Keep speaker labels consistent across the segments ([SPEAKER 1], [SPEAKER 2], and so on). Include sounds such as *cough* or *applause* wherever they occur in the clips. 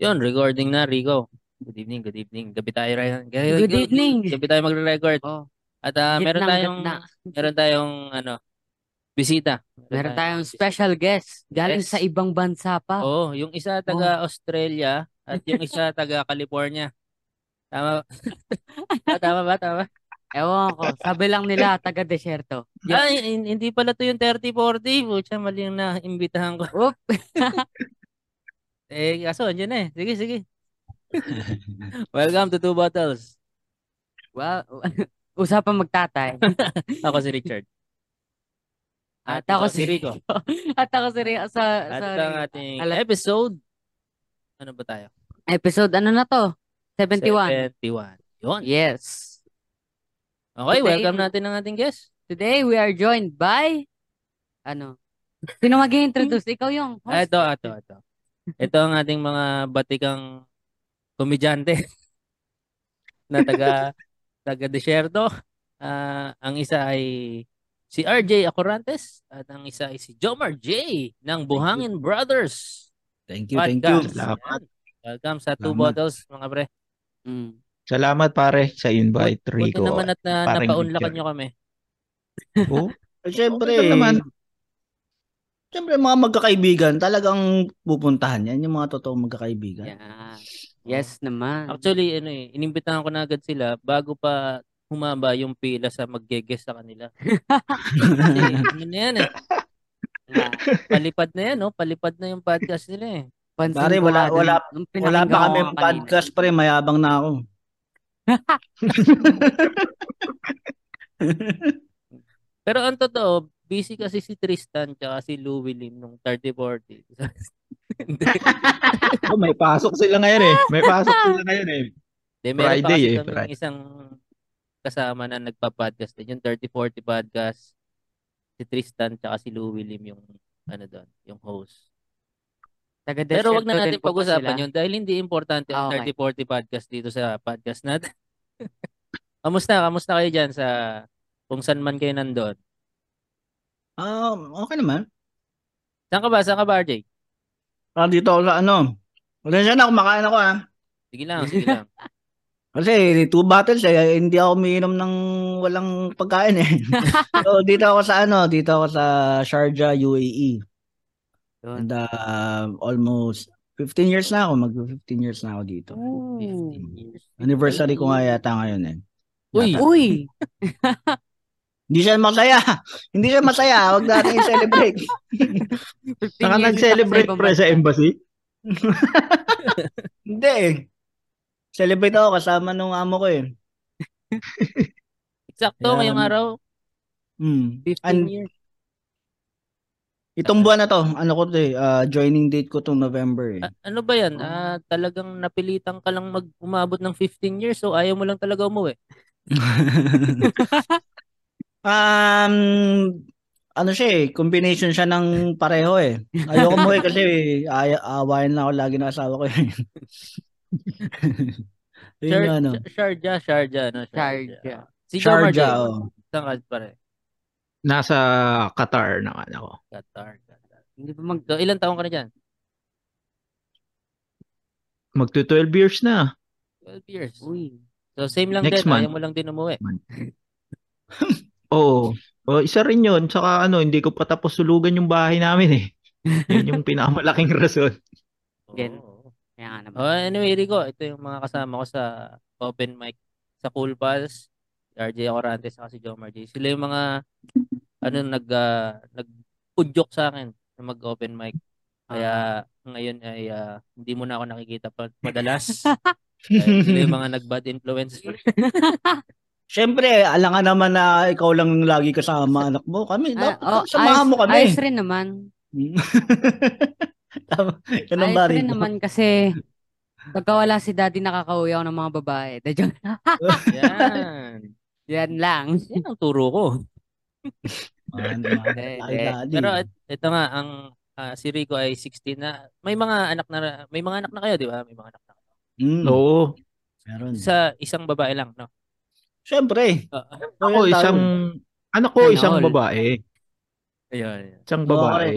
[SPEAKER 1] Yun, recording na, Rico. Good evening, good evening. Gabi tayo rin.
[SPEAKER 2] Good evening.
[SPEAKER 1] Gabi tayo magre-record.
[SPEAKER 2] Oh,
[SPEAKER 1] At ah,
[SPEAKER 2] gitna,
[SPEAKER 1] meron tayong
[SPEAKER 2] gitna.
[SPEAKER 1] meron tayong ano, bisita.
[SPEAKER 2] Meron tayong special guest galing
[SPEAKER 1] Yes. Oh.
[SPEAKER 2] sa ibang bansa pa.
[SPEAKER 1] Oo, yung isa
[SPEAKER 2] Oh.
[SPEAKER 1] taga Australia at yung
[SPEAKER 2] *laughs*
[SPEAKER 1] isa taga California. *laughs* Tama. ba? tama ba? Tama.
[SPEAKER 2] Ewan ko, sabi lang nila taga desierto. Yeah.
[SPEAKER 1] Ay, Ah, hin- hindi pala to yung 3040. Pucha, mali yung naimbitahan ko.
[SPEAKER 2] Oop.
[SPEAKER 1] Eh, kaso, yun eh. Sige,
[SPEAKER 2] *laughs*
[SPEAKER 1] sige. Welcome to Two Bottles.
[SPEAKER 2] Well, *laughs* usapang magtatay.
[SPEAKER 1] Ako si Richard.
[SPEAKER 2] At ako
[SPEAKER 1] ikaw, si
[SPEAKER 2] si
[SPEAKER 1] Rico.
[SPEAKER 2] *laughs* At ako si Ria sa,
[SPEAKER 1] At
[SPEAKER 2] sa
[SPEAKER 1] ito ang ating
[SPEAKER 2] Alat-
[SPEAKER 1] episode. Ano ba tayo?
[SPEAKER 2] episode ano na to? 71.
[SPEAKER 1] 71. Yun.
[SPEAKER 2] Yes.
[SPEAKER 1] Okay,
[SPEAKER 2] Today-
[SPEAKER 1] welcome natin ang ating guest.
[SPEAKER 2] Today we are joined by ano? Sino mag-introduce? Ikaw yung
[SPEAKER 1] Ah,
[SPEAKER 3] Oh,
[SPEAKER 2] host.
[SPEAKER 1] ito, ito, ito. Ito ang ating mga batikang komedyante *laughs* na
[SPEAKER 3] *laughs*
[SPEAKER 1] taga taga desierto. Ah, ang isa ay si RJ Acorantes at ang isa ay si Jomar J ng Buhangin Brothers.
[SPEAKER 3] Thank you, thank you.
[SPEAKER 1] Podcast.
[SPEAKER 3] Salamat.
[SPEAKER 1] Yan. Welcome sa Two
[SPEAKER 3] Salamat.
[SPEAKER 1] Bottles, mga pre.
[SPEAKER 2] Mm.
[SPEAKER 3] Salamat pare sa invite,
[SPEAKER 1] Buti
[SPEAKER 3] Rico.
[SPEAKER 1] naman at na,
[SPEAKER 3] parang
[SPEAKER 1] napaunlakan
[SPEAKER 3] Richard.
[SPEAKER 1] nyo kami.
[SPEAKER 3] Oo.
[SPEAKER 4] Eh, Siyempre,
[SPEAKER 3] Okay lang naman.
[SPEAKER 4] siyempre mga magkakaibigan, talagang pupuntahan yan, yung mga totoong magkakaibigan.
[SPEAKER 2] Yeah. Yes naman.
[SPEAKER 3] Mm.
[SPEAKER 1] Actually, ano eh, inimbitahan ko na agad sila bago pa humaba yung pila sa mag-guest sa kanila. Kasi ano na yan eh.
[SPEAKER 2] Yeah.
[SPEAKER 1] Palipad na yan, no? Palipad na yung podcast nila eh.
[SPEAKER 2] Pansin
[SPEAKER 4] Pare,
[SPEAKER 2] ko
[SPEAKER 4] wala-
[SPEAKER 2] nga dun,
[SPEAKER 4] wala-
[SPEAKER 2] nung
[SPEAKER 4] Wala
[SPEAKER 2] pinakinggan
[SPEAKER 4] pa kami
[SPEAKER 2] ko nga kanina.
[SPEAKER 4] podcast pre, mayabang na ako.
[SPEAKER 1] Pero ang totoo, busy kasi si Tristan tsaka si Lou Willim nung 3040. *laughs* Hindi,
[SPEAKER 3] *laughs* Oh, may pasok sila ngayon eh. May pasok sila ngayon eh.
[SPEAKER 1] Hindi, meron pa
[SPEAKER 3] Friday
[SPEAKER 1] kasi
[SPEAKER 3] eh,
[SPEAKER 1] kaming
[SPEAKER 3] Friday.
[SPEAKER 1] isang kasama na nagpa-podcast din. Yung 3040 podcast, si Tristan tsaka si Lou Willim yung ano doon, yung host.
[SPEAKER 2] Taga
[SPEAKER 1] Pero wag
[SPEAKER 2] desierto
[SPEAKER 1] na
[SPEAKER 2] din
[SPEAKER 1] natin
[SPEAKER 2] po ba sila?
[SPEAKER 1] pag-usapan yun dahil hindi importante ang
[SPEAKER 2] Ah, okay.
[SPEAKER 1] 3040 podcast dito sa podcast natin. *laughs* kamusta? Kamusta kayo dyan sa kung saan man kayo nandun?
[SPEAKER 4] Ah, okay naman.
[SPEAKER 1] Saan ka ba? Saan ka ba, RJ?
[SPEAKER 4] Ah, dito ako sa ano. Pasensya na, kumakain ako ah.
[SPEAKER 1] Sige lang, sige lang.
[SPEAKER 4] Kasi two bottles eh, hindi ako umiinom ng walang pagkain eh. so, dito ako sa ano, dito ako sa Sharjah, UAE.
[SPEAKER 2] Yun.
[SPEAKER 4] And ah, almost 15 years na ako, mag-15 years na ako dito.
[SPEAKER 2] Oh,
[SPEAKER 1] 15 years.
[SPEAKER 4] Anniversary ko nga yata ngayon eh.
[SPEAKER 1] Uy,
[SPEAKER 2] Uy!
[SPEAKER 4] Hindi siya masaya. *laughs* Hindi siya masaya. Huwag natin i-celebrate.
[SPEAKER 2] 15
[SPEAKER 3] Saka
[SPEAKER 2] years
[SPEAKER 3] nag-celebrate
[SPEAKER 2] na ako sa ibang
[SPEAKER 3] pre sa
[SPEAKER 2] bansa.
[SPEAKER 3] embassy.
[SPEAKER 4] Hindi eh. Celebrate ako kasama nung amo ko eh.
[SPEAKER 1] sakto ngayong
[SPEAKER 4] Ayan.
[SPEAKER 1] araw,
[SPEAKER 4] Mm.
[SPEAKER 1] 15
[SPEAKER 4] And
[SPEAKER 1] years.
[SPEAKER 4] itong buwan na to, ano ko to eh, ah, joining date ko tong November eh.
[SPEAKER 1] A- ano ba yan? Ah, talagang napilitan ka lang mag umabot ng 15 years so ayaw mo lang talaga umuwi.
[SPEAKER 4] um, ano siya eh, combination siya ng pareho eh. Ayoko mo eh kasi ay awayan na ako lagi ng asawa ko eh. *laughs* Yun
[SPEAKER 1] Shar-
[SPEAKER 4] yung ano.
[SPEAKER 1] Sh- Sharjah, Sharjah, no?
[SPEAKER 2] Sharjah.
[SPEAKER 1] Si Jomar J.
[SPEAKER 4] Sharjah, oh.
[SPEAKER 1] Saan ka pare?
[SPEAKER 3] Nasa Qatar naman ako.
[SPEAKER 1] Qatar. Qatar.
[SPEAKER 2] Hindi pa mag...
[SPEAKER 1] So, ilan taong ka na dyan?
[SPEAKER 3] Magto 12 years na.
[SPEAKER 1] 12 years.
[SPEAKER 2] Uy.
[SPEAKER 1] So same lang
[SPEAKER 3] Next
[SPEAKER 1] din,
[SPEAKER 3] month.
[SPEAKER 1] ayaw mo lang din umuwi.
[SPEAKER 3] Oo. Oh, isa rin yun. Saka ano, hindi ko pa tapos sulugan yung bahay namin eh. Yun yung pinakamalaking
[SPEAKER 2] *laughs*
[SPEAKER 3] rason.
[SPEAKER 2] Again.
[SPEAKER 1] Oo.
[SPEAKER 2] Kaya nga naman.
[SPEAKER 1] Oh, anyway, Rico, ito yung mga kasama ko sa open mic sa Cool Pals, si RJ Orantes at si Jomar J. Sila yung mga ano nag uh, nag-udyok sa akin na mag-open mic. Kaya ngayon ay ah, hindi mo na ako nakikita pa *laughs* madalas. Dahil sila yung mga nag-bad influence.
[SPEAKER 4] *laughs* Siyempre, alangan naman na ikaw lang lagi kasama anak mo. Kami,
[SPEAKER 2] Ah,
[SPEAKER 4] dapat
[SPEAKER 2] oh,
[SPEAKER 4] samahan
[SPEAKER 2] ayos-
[SPEAKER 4] mo kami.
[SPEAKER 2] Ayos rin naman.
[SPEAKER 4] *laughs* Tama. Ganun
[SPEAKER 2] ayos
[SPEAKER 4] ba
[SPEAKER 2] rin
[SPEAKER 4] Rico?
[SPEAKER 2] naman kasi pagka wala si daddy nakakauwi ako ng mga babae. Da joke.
[SPEAKER 1] Yan.
[SPEAKER 2] Yan
[SPEAKER 4] *laughs*
[SPEAKER 2] lang.
[SPEAKER 1] Yan ang turo ko.
[SPEAKER 4] Ah, naman.
[SPEAKER 2] *laughs* Hindi,
[SPEAKER 4] Ay,
[SPEAKER 2] hindi.
[SPEAKER 4] daddy.
[SPEAKER 1] Pero et- ito nga ang ah, si Rico ay 16 na. May mga anak na may mga anak na kayo, di ba? May mga anak na.
[SPEAKER 4] Mm,
[SPEAKER 3] Oo.
[SPEAKER 4] meron.
[SPEAKER 1] Sa isang babae lang, no?
[SPEAKER 4] Siyempre.
[SPEAKER 1] Ah,
[SPEAKER 4] Ayun
[SPEAKER 3] Ako
[SPEAKER 4] tayo.
[SPEAKER 3] isang... Anak ko
[SPEAKER 2] Ayun,
[SPEAKER 3] isang
[SPEAKER 2] all.
[SPEAKER 3] babae.
[SPEAKER 1] ayun, ayun.
[SPEAKER 3] Isang
[SPEAKER 4] Oo,
[SPEAKER 3] babae.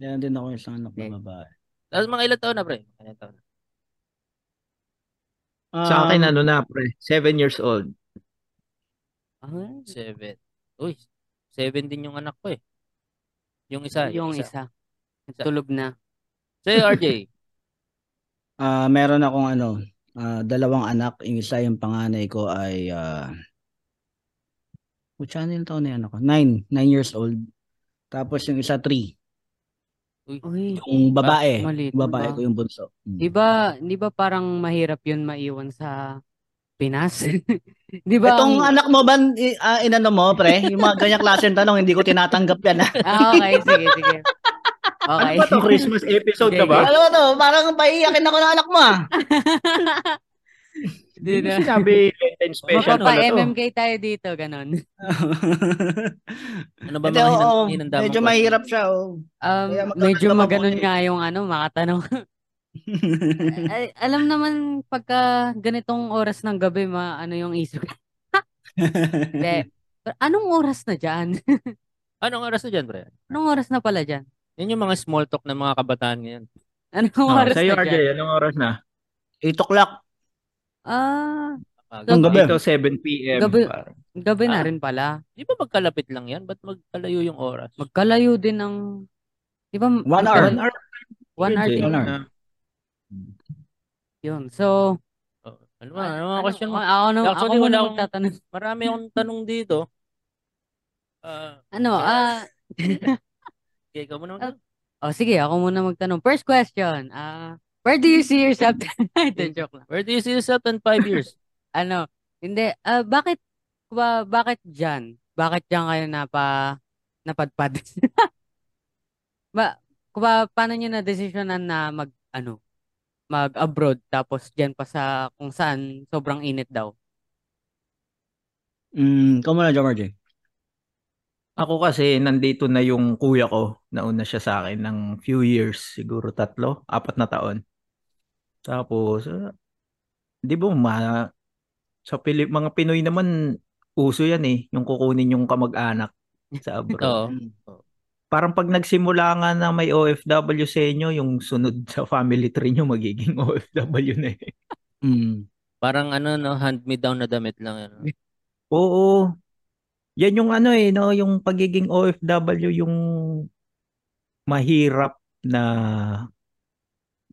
[SPEAKER 4] Meron din ako isang anak na
[SPEAKER 2] Okay.
[SPEAKER 4] babae. Hmm.
[SPEAKER 1] Tapos mga ilang taon na, pre? Mga Ilang taon na?
[SPEAKER 3] Sa akin,
[SPEAKER 4] Um,
[SPEAKER 3] ano na, pre, seven years old.
[SPEAKER 2] Ah,
[SPEAKER 1] Seven. Uy, seven din yung anak ko eh. Yung isa.
[SPEAKER 2] yung
[SPEAKER 1] isa.
[SPEAKER 2] isa. Tulog na.
[SPEAKER 1] Sa'yo, RJ.
[SPEAKER 4] Ah, meron akong ano, ah, dalawang anak. Yung isa yung panganay ko ay ah Which channel taon na yan ako? Nine. Nine years old. Tapos yung isa, three.
[SPEAKER 2] Uy,
[SPEAKER 4] Yung babae.
[SPEAKER 2] maliit.
[SPEAKER 4] Yung Eh, babae
[SPEAKER 2] na ba?
[SPEAKER 4] ko yung bunso. Mm.
[SPEAKER 2] Di ba, di ba parang mahirap yun maiwan sa Pinas? *laughs* di ba?
[SPEAKER 4] Itong
[SPEAKER 2] ang-
[SPEAKER 4] anak mo ba, i- ah, inano mo, pre? Yung mga ganyang klaseng tanong, hindi ko tinatanggap yan. ah.
[SPEAKER 2] Ah, okay, sige, sige. Okay.
[SPEAKER 3] Ano ba to,
[SPEAKER 2] *laughs*
[SPEAKER 3] Christmas episode na ba?
[SPEAKER 4] Ano ba to? Parang paiyakin ako ng anak mo,
[SPEAKER 1] *laughs*
[SPEAKER 4] ah.
[SPEAKER 2] Di na.
[SPEAKER 3] Sabi, Lenten special pala to.
[SPEAKER 2] Mapapa-MMK tayo dito, ganon.
[SPEAKER 1] Ano ba
[SPEAKER 4] *laughs* Hindi,
[SPEAKER 1] mga hinan-
[SPEAKER 4] oo,
[SPEAKER 1] hinanda mo?
[SPEAKER 4] oh, medyo mahirap siya,
[SPEAKER 1] *laughs*
[SPEAKER 4] oh.
[SPEAKER 2] Um,
[SPEAKER 4] Kaya magkakaiba
[SPEAKER 2] medyo
[SPEAKER 4] pa
[SPEAKER 2] maganon
[SPEAKER 4] muna eh.
[SPEAKER 2] nga yung ano,
[SPEAKER 3] *laughs*
[SPEAKER 2] makatanong. Ay, alam naman, pagka ganitong oras ng gabi, ma, ano yung isip ko. Hindi. Pero Anong oras na dyan?
[SPEAKER 1] Anong oras na dyan, pre?
[SPEAKER 2] Anong oras na pala dyan?
[SPEAKER 1] Yan yung mga small talk ng mga kabataan ngayon.
[SPEAKER 2] Anong
[SPEAKER 3] Oh,
[SPEAKER 2] oras
[SPEAKER 3] sa'yo,
[SPEAKER 2] na dyan?
[SPEAKER 3] RJ, anong oras na?
[SPEAKER 4] 8 o'clock.
[SPEAKER 2] Ah,
[SPEAKER 1] Kapag-
[SPEAKER 4] Ang gabi.
[SPEAKER 3] Dito, 7 p.m.
[SPEAKER 2] Gabi.
[SPEAKER 3] parang.
[SPEAKER 2] gabi na
[SPEAKER 1] Ah.
[SPEAKER 2] rin pala.
[SPEAKER 1] Di ba magkalapit lang yan? Ba't magkalayo yung oras?
[SPEAKER 2] Magkalayo din ng... Di ba?
[SPEAKER 4] One hour.
[SPEAKER 2] One, one hour
[SPEAKER 3] Yun,
[SPEAKER 2] din
[SPEAKER 4] One hour.
[SPEAKER 2] yun. So,
[SPEAKER 1] Oh, ano ba? Ano mga question mo?
[SPEAKER 2] Ako, ako, nung- ako
[SPEAKER 1] Actually, wala
[SPEAKER 2] muna
[SPEAKER 1] akong-
[SPEAKER 2] magtatanong.
[SPEAKER 1] Marami akong tanong dito. Ah,
[SPEAKER 2] Ano? Ah,
[SPEAKER 1] okay, ikaw muna.
[SPEAKER 4] Ah.
[SPEAKER 1] magtanong.
[SPEAKER 2] oh, sige, ako muna magtanong. First question. Ah, where do you see yourself? *laughs* Ito, joke lang.
[SPEAKER 1] Where do you see yourself in five years?
[SPEAKER 2] Ano? Hindi. Ah, bakit? Ba, bakit dyan? Bakit dyan kayo napa, napadpad? *laughs* ba, kuba, paano nyo na-desisyonan na mag, ano, mag-abroad tapos dyan pa sa kung saan sobrang init daw? *laughs*
[SPEAKER 4] Mm, kamo na, Jomar J.
[SPEAKER 3] Ako kasi, nandito na yung kuya ko. Nauna siya sa akin ng few years, siguro tatlo, apat na taon. Tapos, ah, di ba, ma, sa Pilip, mga Pinoy naman, uso yan eh, yung kukunin yung kamag-anak sa
[SPEAKER 2] *laughs*
[SPEAKER 3] abroad.
[SPEAKER 1] Oo.
[SPEAKER 4] Hmm.
[SPEAKER 3] Parang pag nagsimula nga na may OFW sa inyo, yung sunod sa family tree nyo, magiging OFW na eh.
[SPEAKER 4] Mm.
[SPEAKER 1] Parang ano, no, hand-me-down na damit lang. Ano.
[SPEAKER 4] *laughs*
[SPEAKER 3] Oo. Yan yung ano eh, no, yung pagiging OFW yung mahirap na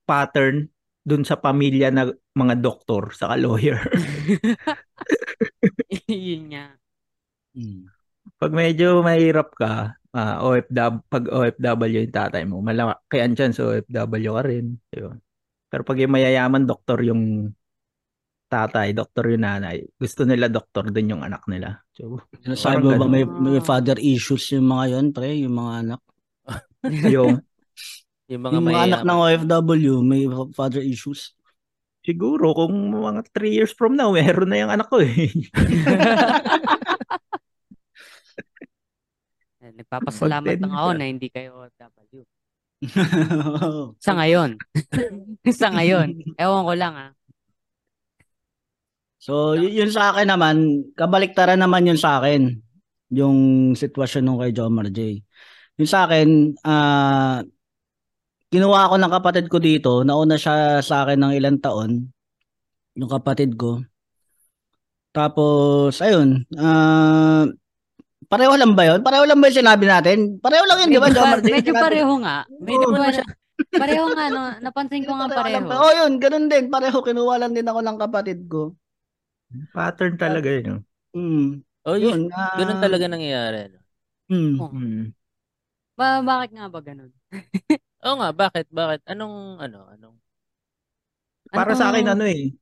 [SPEAKER 3] pattern dun sa pamilya na mga doktor sa lawyer. *laughs*
[SPEAKER 2] Yun nga.
[SPEAKER 4] Mm.
[SPEAKER 3] Pag medyo mahirap ka, ah, OFW, pag OFW yung tatay mo, malaki ang chance OFW ka rin. di ba? Pero pag yung mayayaman doktor yung tatay, doktor yung nanay, gusto nila doktor din yung anak nila. So,
[SPEAKER 4] Sinasabi mo
[SPEAKER 3] Parang
[SPEAKER 4] ba may, may
[SPEAKER 2] ganun.
[SPEAKER 4] father issues yung mga yon pre? Yung mga anak?
[SPEAKER 3] yung
[SPEAKER 1] Yung mga
[SPEAKER 4] Yung mga anak ng
[SPEAKER 1] mayayaman.
[SPEAKER 4] OFW, may fa- father issues? *laughs*
[SPEAKER 3] Siguro kung mga 3 years from now, meron na yung anak ko eh. *laughs*
[SPEAKER 2] Eh, Nagpapasalamat
[SPEAKER 3] Content
[SPEAKER 2] lang ako
[SPEAKER 3] siya.
[SPEAKER 2] na hindi kayo OFW. Sa ngayon. *laughs* Sa ngayon. Ewan ko lang ah.
[SPEAKER 4] so, y- yun sa akin naman, kabaliktaran naman yun sa akin. Yung sitwasyon nung kay Jomar J. Yung sa akin, ah kinuha ako ng kapatid ko dito. Nauna siya sa akin ng ilang taon. Yung kapatid ko. Tapos, ayun. ah pareho lang ba yun? Pareho lang ba yung sinabi natin? Pareho lang yun, di ba,
[SPEAKER 2] Medyo
[SPEAKER 4] Jomar
[SPEAKER 2] pa-
[SPEAKER 4] J?
[SPEAKER 2] medyo
[SPEAKER 4] Sinabi-
[SPEAKER 2] pareho nga. Medyo
[SPEAKER 4] Oo,
[SPEAKER 2] pareho, pareho nga. No, napansin ko nga
[SPEAKER 4] Pareho lang
[SPEAKER 2] pareho.
[SPEAKER 4] ba? Oh, yun. Ganun din. Pareho. Kinuha lang din ako ng kapatid ko.
[SPEAKER 3] Pattern talaga yun.
[SPEAKER 4] Mm.
[SPEAKER 1] Oh, yun.
[SPEAKER 4] Yun. ah,
[SPEAKER 1] Ganun talaga nangyayari. ano.
[SPEAKER 4] Mm.
[SPEAKER 2] Oo.
[SPEAKER 3] Mm.
[SPEAKER 2] Ba- bakit nga ba ganun?
[SPEAKER 1] Oo nga, bakit? Bakit? Anong, ano, anong,
[SPEAKER 3] Para sa akin ano eh,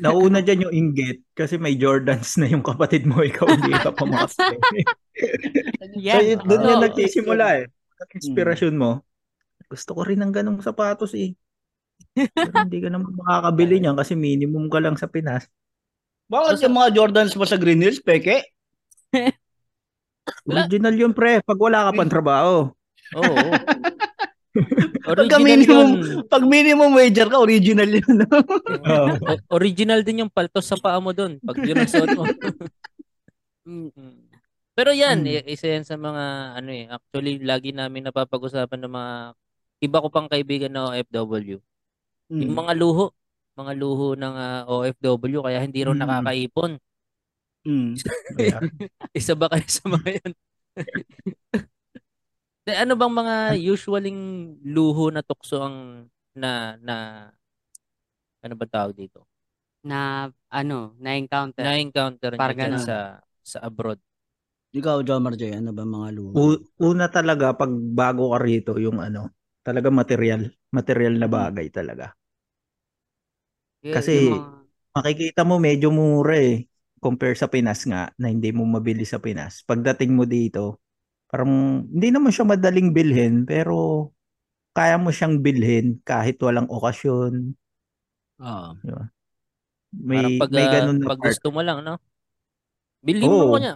[SPEAKER 3] nauna dyan yung inggit kasi may Jordans na yung kapatid mo, ikaw hindi ka pa makasabi.
[SPEAKER 1] *laughs*
[SPEAKER 2] Yan.
[SPEAKER 3] So, doon
[SPEAKER 1] Oo. Hmm.
[SPEAKER 3] na nagsisimula eh. Ang inspirasyon mo, gusto ko rin ng ganong sapatos
[SPEAKER 1] *laughs*
[SPEAKER 3] eh. Pero hindi ka naman makakabili niyan kasi minimum ka lang sa Pinas.
[SPEAKER 4] Bakit
[SPEAKER 1] So, sa-
[SPEAKER 4] yung mga Jordans mo sa Green Hills, peke?
[SPEAKER 1] Wala.
[SPEAKER 3] Original yun pre, pag wala ka pang
[SPEAKER 1] *laughs*
[SPEAKER 3] trabaho.
[SPEAKER 1] oo. oo.
[SPEAKER 4] Pagka minimum, pag minimum wager ka, original yun. *laughs*
[SPEAKER 3] Oo.
[SPEAKER 1] O- original din yung paltos sa paa mo doon pag yun ang suot mo. Mm, mm. Pero yan, i- isa yan sa mga ano eh, actually lagi namin
[SPEAKER 4] Hmm.
[SPEAKER 1] napapag-usapan ng mga iba ko pang kaibigan na OFW. Yung mga luho, mga luho ng ah, OFW kaya hindi raw
[SPEAKER 4] Mm.
[SPEAKER 1] nakakaipon.
[SPEAKER 4] Mm.
[SPEAKER 3] Yeah.
[SPEAKER 1] Isa ba kayo sa mga yun? *laughs* De, ano bang mga usualing luho na tukso ang na na ano ba tawag dito?
[SPEAKER 2] na ano,
[SPEAKER 3] Eh,
[SPEAKER 2] na-encounter.
[SPEAKER 1] Na-encounter niyo
[SPEAKER 2] Parang
[SPEAKER 1] dyan
[SPEAKER 2] ganun.
[SPEAKER 1] sa sa abroad.
[SPEAKER 4] Ikaw, Jomar J, ano ba mga luho?
[SPEAKER 3] U- una talaga pag bago ka rito yung ano, talaga material, material na bagay talaga.
[SPEAKER 2] Y-
[SPEAKER 3] Kasi-
[SPEAKER 2] yung mga-
[SPEAKER 3] Makikita mo medyo mura eh compare sa Pinas nga na hindi mo mabili sa Pinas. Pagdating mo dito, parang hindi naman siya madaling bilhin pero kaya mo siyang bilhin kahit walang okasyon.
[SPEAKER 4] Oo.
[SPEAKER 1] Parang
[SPEAKER 3] May
[SPEAKER 1] pag,
[SPEAKER 3] may
[SPEAKER 1] ah,
[SPEAKER 3] ganun na
[SPEAKER 1] pag
[SPEAKER 3] part.
[SPEAKER 1] gusto mo lang, no? Bilhin mo
[SPEAKER 3] Oo.
[SPEAKER 1] ko niya.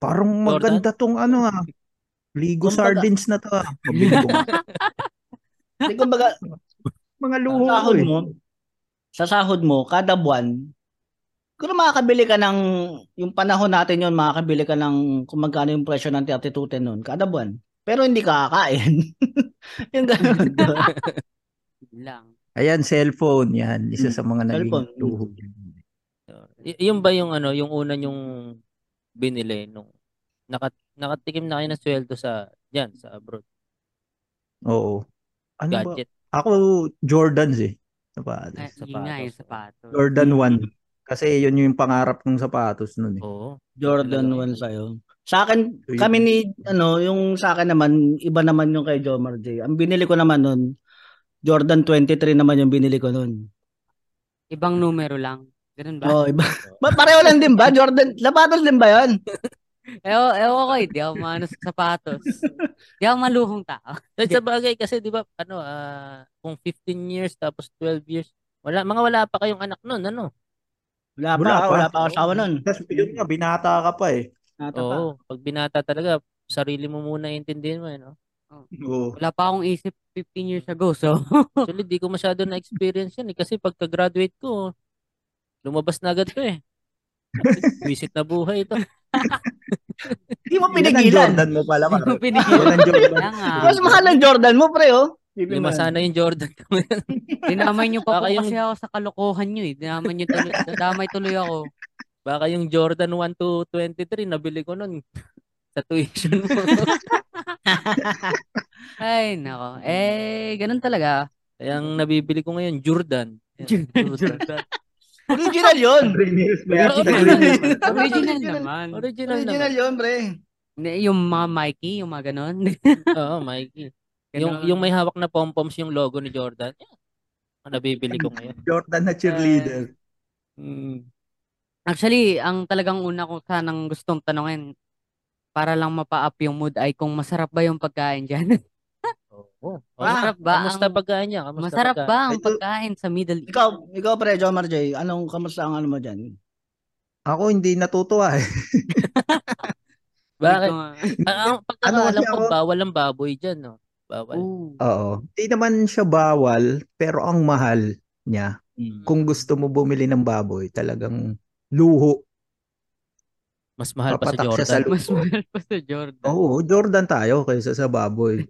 [SPEAKER 3] Parang
[SPEAKER 1] Jordan?
[SPEAKER 3] maganda tong ano ah. Ligo
[SPEAKER 4] Kumbaga-
[SPEAKER 3] sardines na to ah. Mabili ko nga.
[SPEAKER 4] Hindi, kumbaga,
[SPEAKER 3] Mga luho
[SPEAKER 4] sa
[SPEAKER 3] ko
[SPEAKER 4] sahod
[SPEAKER 3] eh.
[SPEAKER 4] mo, sa sahod mo, kada buwan, kung makakabili ka ng, yung panahon natin yun, makakabili ka ng, kung magkano yung presyo ng 3210 noon, kada buwan. Pero hindi ka kakain. *laughs* yung ganun. *laughs*
[SPEAKER 2] lang.
[SPEAKER 3] Ayan, cellphone. Yan, isa
[SPEAKER 4] Mm,
[SPEAKER 3] sa mga naging
[SPEAKER 4] cellphone.
[SPEAKER 3] luho.
[SPEAKER 1] Y- yun ba yung ano, yung una yung binili nung nakat nakatikim na kayo ng sweldo sa diyan sa abroad
[SPEAKER 3] Oo. Ano ba?
[SPEAKER 1] gadget.
[SPEAKER 3] Ako, Jordans eh. Sapatos.
[SPEAKER 2] Ay, yun nga,
[SPEAKER 1] sapatos.
[SPEAKER 2] eh. yung sapatos.
[SPEAKER 3] Jordan
[SPEAKER 4] Mm.
[SPEAKER 3] 1. Kasi yun yung pangarap ng sapatos nun
[SPEAKER 2] Oh.
[SPEAKER 3] eh.
[SPEAKER 1] Oo.
[SPEAKER 4] Jordan
[SPEAKER 1] Talaga.
[SPEAKER 4] 1 sa'yo. Sa akin,
[SPEAKER 3] So, yun.
[SPEAKER 4] kami ni, ano, yung sa akin naman, iba naman yung kay Jomar J. Ang binili ko naman nun, Jordan 23 naman yung binili ko nun.
[SPEAKER 2] Ibang numero lang. Ganun ba?
[SPEAKER 4] Oh, iba. *laughs* Ba- pareho lang din ba? Jordan, labatos din ba yun?
[SPEAKER 2] *laughs* Ewan, ewan ko eh, di ako maano sa sapatos. di ako maluhong tao.
[SPEAKER 1] Dahil sa bagay kasi 'di ba ano ah, kung 15 years tapos 12 years wala mga wala pa kayong anak noon ano.
[SPEAKER 4] Wala pa,
[SPEAKER 3] Wala
[SPEAKER 4] wala
[SPEAKER 3] pa.
[SPEAKER 4] pa, asawa nun.
[SPEAKER 3] Tapos yun nga, binata ka pa eh.
[SPEAKER 4] Nata pa.
[SPEAKER 1] Oo, pag binata talaga sarili mo muna intindihin mo eh, *laughs* no?
[SPEAKER 3] Oo.
[SPEAKER 2] Wala pa akong isip 15 years ago, so *laughs*
[SPEAKER 1] Actually, di ko masyado na experience yan eh, kasi pagka-graduate ko lumabas na agad 'to eh. Visit na buhay ito.
[SPEAKER 4] Hindi mo
[SPEAKER 3] Yan ang
[SPEAKER 4] pinigilan.
[SPEAKER 3] Jordan mo pala.
[SPEAKER 2] hindi *laughs* ko
[SPEAKER 3] Mark.
[SPEAKER 2] pinigil.
[SPEAKER 3] Yan ang Jordan.
[SPEAKER 2] Kaya nga,
[SPEAKER 4] Mas mahal ang Jordan mo, pre, oh.
[SPEAKER 1] Lima sana yung Jordan ko.
[SPEAKER 2] dinamay niyo pa
[SPEAKER 1] Baka
[SPEAKER 2] po
[SPEAKER 1] yung-
[SPEAKER 2] kasi ako sa kalokohan niyo eh. Dinamay niyo tuloy, dadamay tuloy ako.
[SPEAKER 1] Baka yung Jordan 1 to 23 nabili ko nun *laughs* sa tuition mo.
[SPEAKER 2] Ay, nako. Eh, ganun talaga.
[SPEAKER 1] Kaya ang nabibili ko ngayon, Jordan. Ayan, *laughs* Jordan.
[SPEAKER 4] Original yun.
[SPEAKER 1] yan?
[SPEAKER 4] *laughs*
[SPEAKER 2] Original naman.
[SPEAKER 1] Original naman.
[SPEAKER 4] Original yun, pre.
[SPEAKER 2] Hindi, Yung mga Mikey, yung mga ganun. *laughs*
[SPEAKER 1] Oo, Mikey. Yung,
[SPEAKER 2] Ganun.
[SPEAKER 1] yung may hawak na pom-poms yung logo ni Jordan. Yan. Ang nabibili ko
[SPEAKER 3] *clears throat*
[SPEAKER 1] ngayon.
[SPEAKER 3] *laughs* Jordan na cheerleader.
[SPEAKER 2] Hmm.
[SPEAKER 1] Mm.
[SPEAKER 2] Actually, ang talagang una ko sanang gustong tanongin para lang mapa-up yung mood ay kung masarap ba yung pagkain dyan. *laughs*
[SPEAKER 1] Oo. Oh,
[SPEAKER 4] Ah,
[SPEAKER 1] masarap ba?
[SPEAKER 2] kamusta
[SPEAKER 1] Kamusta pagkain niya? Kamusta
[SPEAKER 2] Masarap
[SPEAKER 1] pagkain?
[SPEAKER 2] ba ang
[SPEAKER 3] Ito-
[SPEAKER 2] pagkain sa Middle East?
[SPEAKER 4] Ikaw, ikaw, pre, Jomar J. Anong, kamusta ang ano mo dyan?
[SPEAKER 3] Ako hindi natutuwa eh.
[SPEAKER 1] Bakit?
[SPEAKER 2] Ito nga.
[SPEAKER 1] Ah, ang
[SPEAKER 3] Ano kasi
[SPEAKER 1] pagkakaalam ko,
[SPEAKER 3] ako-
[SPEAKER 1] bawal ang baboy dyan, no? Bawal.
[SPEAKER 2] Oo.
[SPEAKER 3] Oo. Hindi naman siya bawal, pero ang mahal niya.
[SPEAKER 2] Hmm.
[SPEAKER 3] Kung gusto mo bumili ng baboy, talagang luho.
[SPEAKER 1] Mas mahal pa sa
[SPEAKER 3] Papatak siya
[SPEAKER 1] Jordan.
[SPEAKER 3] sa luho.
[SPEAKER 2] Mas mahal pa sa Jordan.
[SPEAKER 3] Oo, Jordan tayo kaysa sa baboy.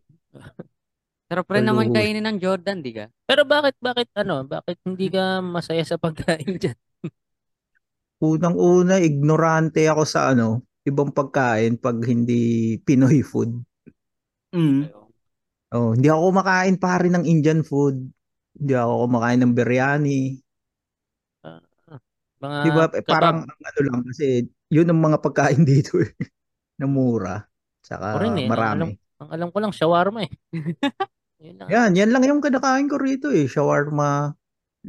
[SPEAKER 2] Sarap rin naman
[SPEAKER 3] Kaluhod.
[SPEAKER 2] kainin ng Jordan, di ka?
[SPEAKER 1] *laughs* Pero bakit, bakit, ano, bakit hindi ka masaya sa pagkain dyan?
[SPEAKER 3] Unang-una, ignorante ako sa ano, ibang pagkain pag hindi Pinoy food.
[SPEAKER 4] Mm.
[SPEAKER 3] Oh, hindi ako kumakain pare ng Indian food. Hindi ako kumakain ng biryani.
[SPEAKER 1] Mga
[SPEAKER 3] 'Di ba? Eh,
[SPEAKER 1] kebab.
[SPEAKER 3] Parang ang ano lang kasi 'yun ang mga pagkain *laughs* dito eh. na mura.
[SPEAKER 1] Ako
[SPEAKER 3] Saka
[SPEAKER 1] rin eh, ang
[SPEAKER 3] marami.
[SPEAKER 1] Ang alam ko lang, shawarma eh. *laughs* Yun lang.
[SPEAKER 3] Yan, yan lang yung kinakain ko rito eh. Shawarma,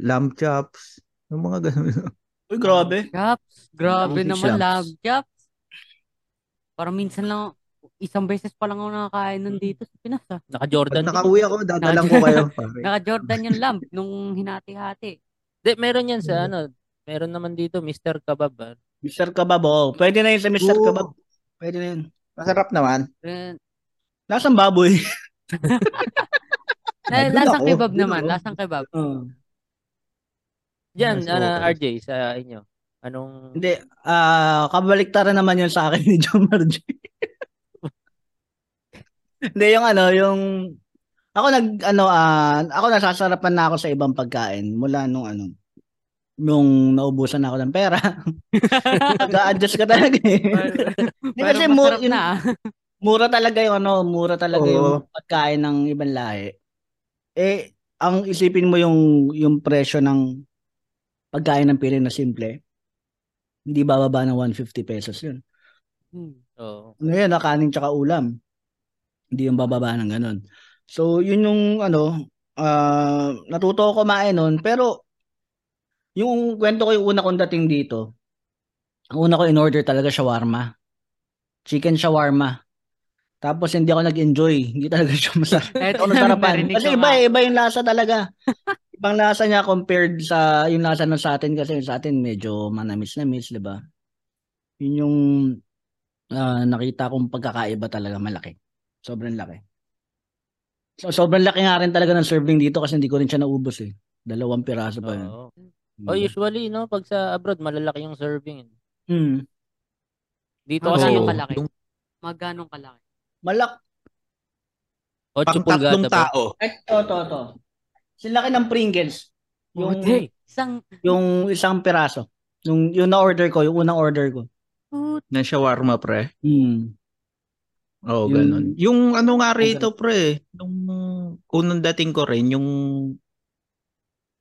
[SPEAKER 3] lamb chops, yung mga ganun.
[SPEAKER 4] Uy, grabe.
[SPEAKER 2] Chops. Grabe
[SPEAKER 3] Ang
[SPEAKER 2] naman,
[SPEAKER 3] chops.
[SPEAKER 2] love chops. Parang minsan lang, isang beses pa lang ako nakakain nandito sa Pinas. ah.
[SPEAKER 1] Naka-Jordan.
[SPEAKER 3] Pag
[SPEAKER 1] din.
[SPEAKER 3] nakauwi ako, dadalang ko kayo.
[SPEAKER 1] *laughs*
[SPEAKER 3] pare.
[SPEAKER 2] Naka-Jordan yung lamb *laughs* nung hinati-hati.
[SPEAKER 1] Hindi, meron yan
[SPEAKER 3] Mm.
[SPEAKER 1] sa ano, meron naman dito, Mr. Kebab. ah.
[SPEAKER 4] Mr. Kabab, oh. Pwede na yun sa Mr.
[SPEAKER 3] Oo.
[SPEAKER 4] Kabab. Pwede na yun.
[SPEAKER 3] Masarap naman.
[SPEAKER 2] Eh,
[SPEAKER 4] Lasang baboy.
[SPEAKER 1] Eh,
[SPEAKER 2] la- eh,
[SPEAKER 3] Nandun
[SPEAKER 2] Lasang
[SPEAKER 3] ako,
[SPEAKER 2] kebab
[SPEAKER 3] nandun
[SPEAKER 2] naman,
[SPEAKER 3] ako.
[SPEAKER 2] lasang
[SPEAKER 4] *laughs*
[SPEAKER 2] kebab.
[SPEAKER 1] Diyan,
[SPEAKER 3] Nice
[SPEAKER 1] ano,
[SPEAKER 3] walkers.
[SPEAKER 1] RJ, sa inyo. Anong,
[SPEAKER 4] Hindi, ah kabaliktaran naman yun sa akin *laughs* ni Jomar J. Hindi, yung ano, yung Ako nag ano ah, ako nasasarapan na ako sa ibang pagkain mula nung ano nung naubusan na ako ng pera. Nag-adjust ka talaga eh. Hindi,
[SPEAKER 2] *laughs* Pero
[SPEAKER 4] kasi more
[SPEAKER 2] masarap
[SPEAKER 4] yun-
[SPEAKER 2] na. ah.
[SPEAKER 4] mura talaga yung ano, mura talaga
[SPEAKER 3] Oo.
[SPEAKER 4] yung pagkain ng ibang lahi. Eh, ang isipin mo yung yung presyo ng pagkain ng piling na simple, hindi bababa ng 150 pesos yun.
[SPEAKER 2] Hmm.
[SPEAKER 1] Oo.
[SPEAKER 4] Ano yun, ah, kanin tsaka ulam. Hindi yung bababa ng ganun. So, yun yung ano, ah, natuto ako kumain nun. Pero, yung kwento ko yung una kong dating dito, ang una ko in-order talaga shawarma. Chicken shawarma. Tapos hindi ako nag-enjoy. Hindi talaga *laughs* siya masarap.
[SPEAKER 2] Eto,
[SPEAKER 4] Ang sarapan.
[SPEAKER 2] narinig
[SPEAKER 4] Kasi
[SPEAKER 2] ko ah.
[SPEAKER 4] iba,
[SPEAKER 2] nga.
[SPEAKER 4] eh, iba yung lasa talaga. *laughs* Ibang lasa niya compared sa yung lasa ng sa atin kasi yung sa atin medyo manamis na miss, 'di ba? Yun yung ah, nakita kong pagkakaiba talaga malaki. Sobrang laki. So, sobrang laki nga rin talaga ng serving dito kasi hindi ko rin siya naubos eh. Dalawang piraso pa yun.
[SPEAKER 1] Oo. Oh, usually, no, pag sa abroad, malalaki yung serving. eh.
[SPEAKER 4] Mm.
[SPEAKER 1] Dito
[SPEAKER 2] Magkano
[SPEAKER 1] kasi
[SPEAKER 3] Oo.
[SPEAKER 1] yung
[SPEAKER 2] kalaki?
[SPEAKER 1] yung
[SPEAKER 2] Magkano kalaki?
[SPEAKER 4] Malak.
[SPEAKER 1] 8
[SPEAKER 3] Pang tatlong
[SPEAKER 1] pulgada ba?
[SPEAKER 3] tao.
[SPEAKER 4] Ay, to, to, to. Sila laki ng Pringles. Yung,
[SPEAKER 2] Puti. Isang
[SPEAKER 4] yung isang piraso. Yung, yung na-order ko, yung unang order ko.
[SPEAKER 2] put.
[SPEAKER 3] Na shawarma, pre.
[SPEAKER 4] Mm.
[SPEAKER 3] Oo, oh,
[SPEAKER 4] Yung-
[SPEAKER 3] ganun. Yung ano nga rito, pre, nung unang dating ko rin, yung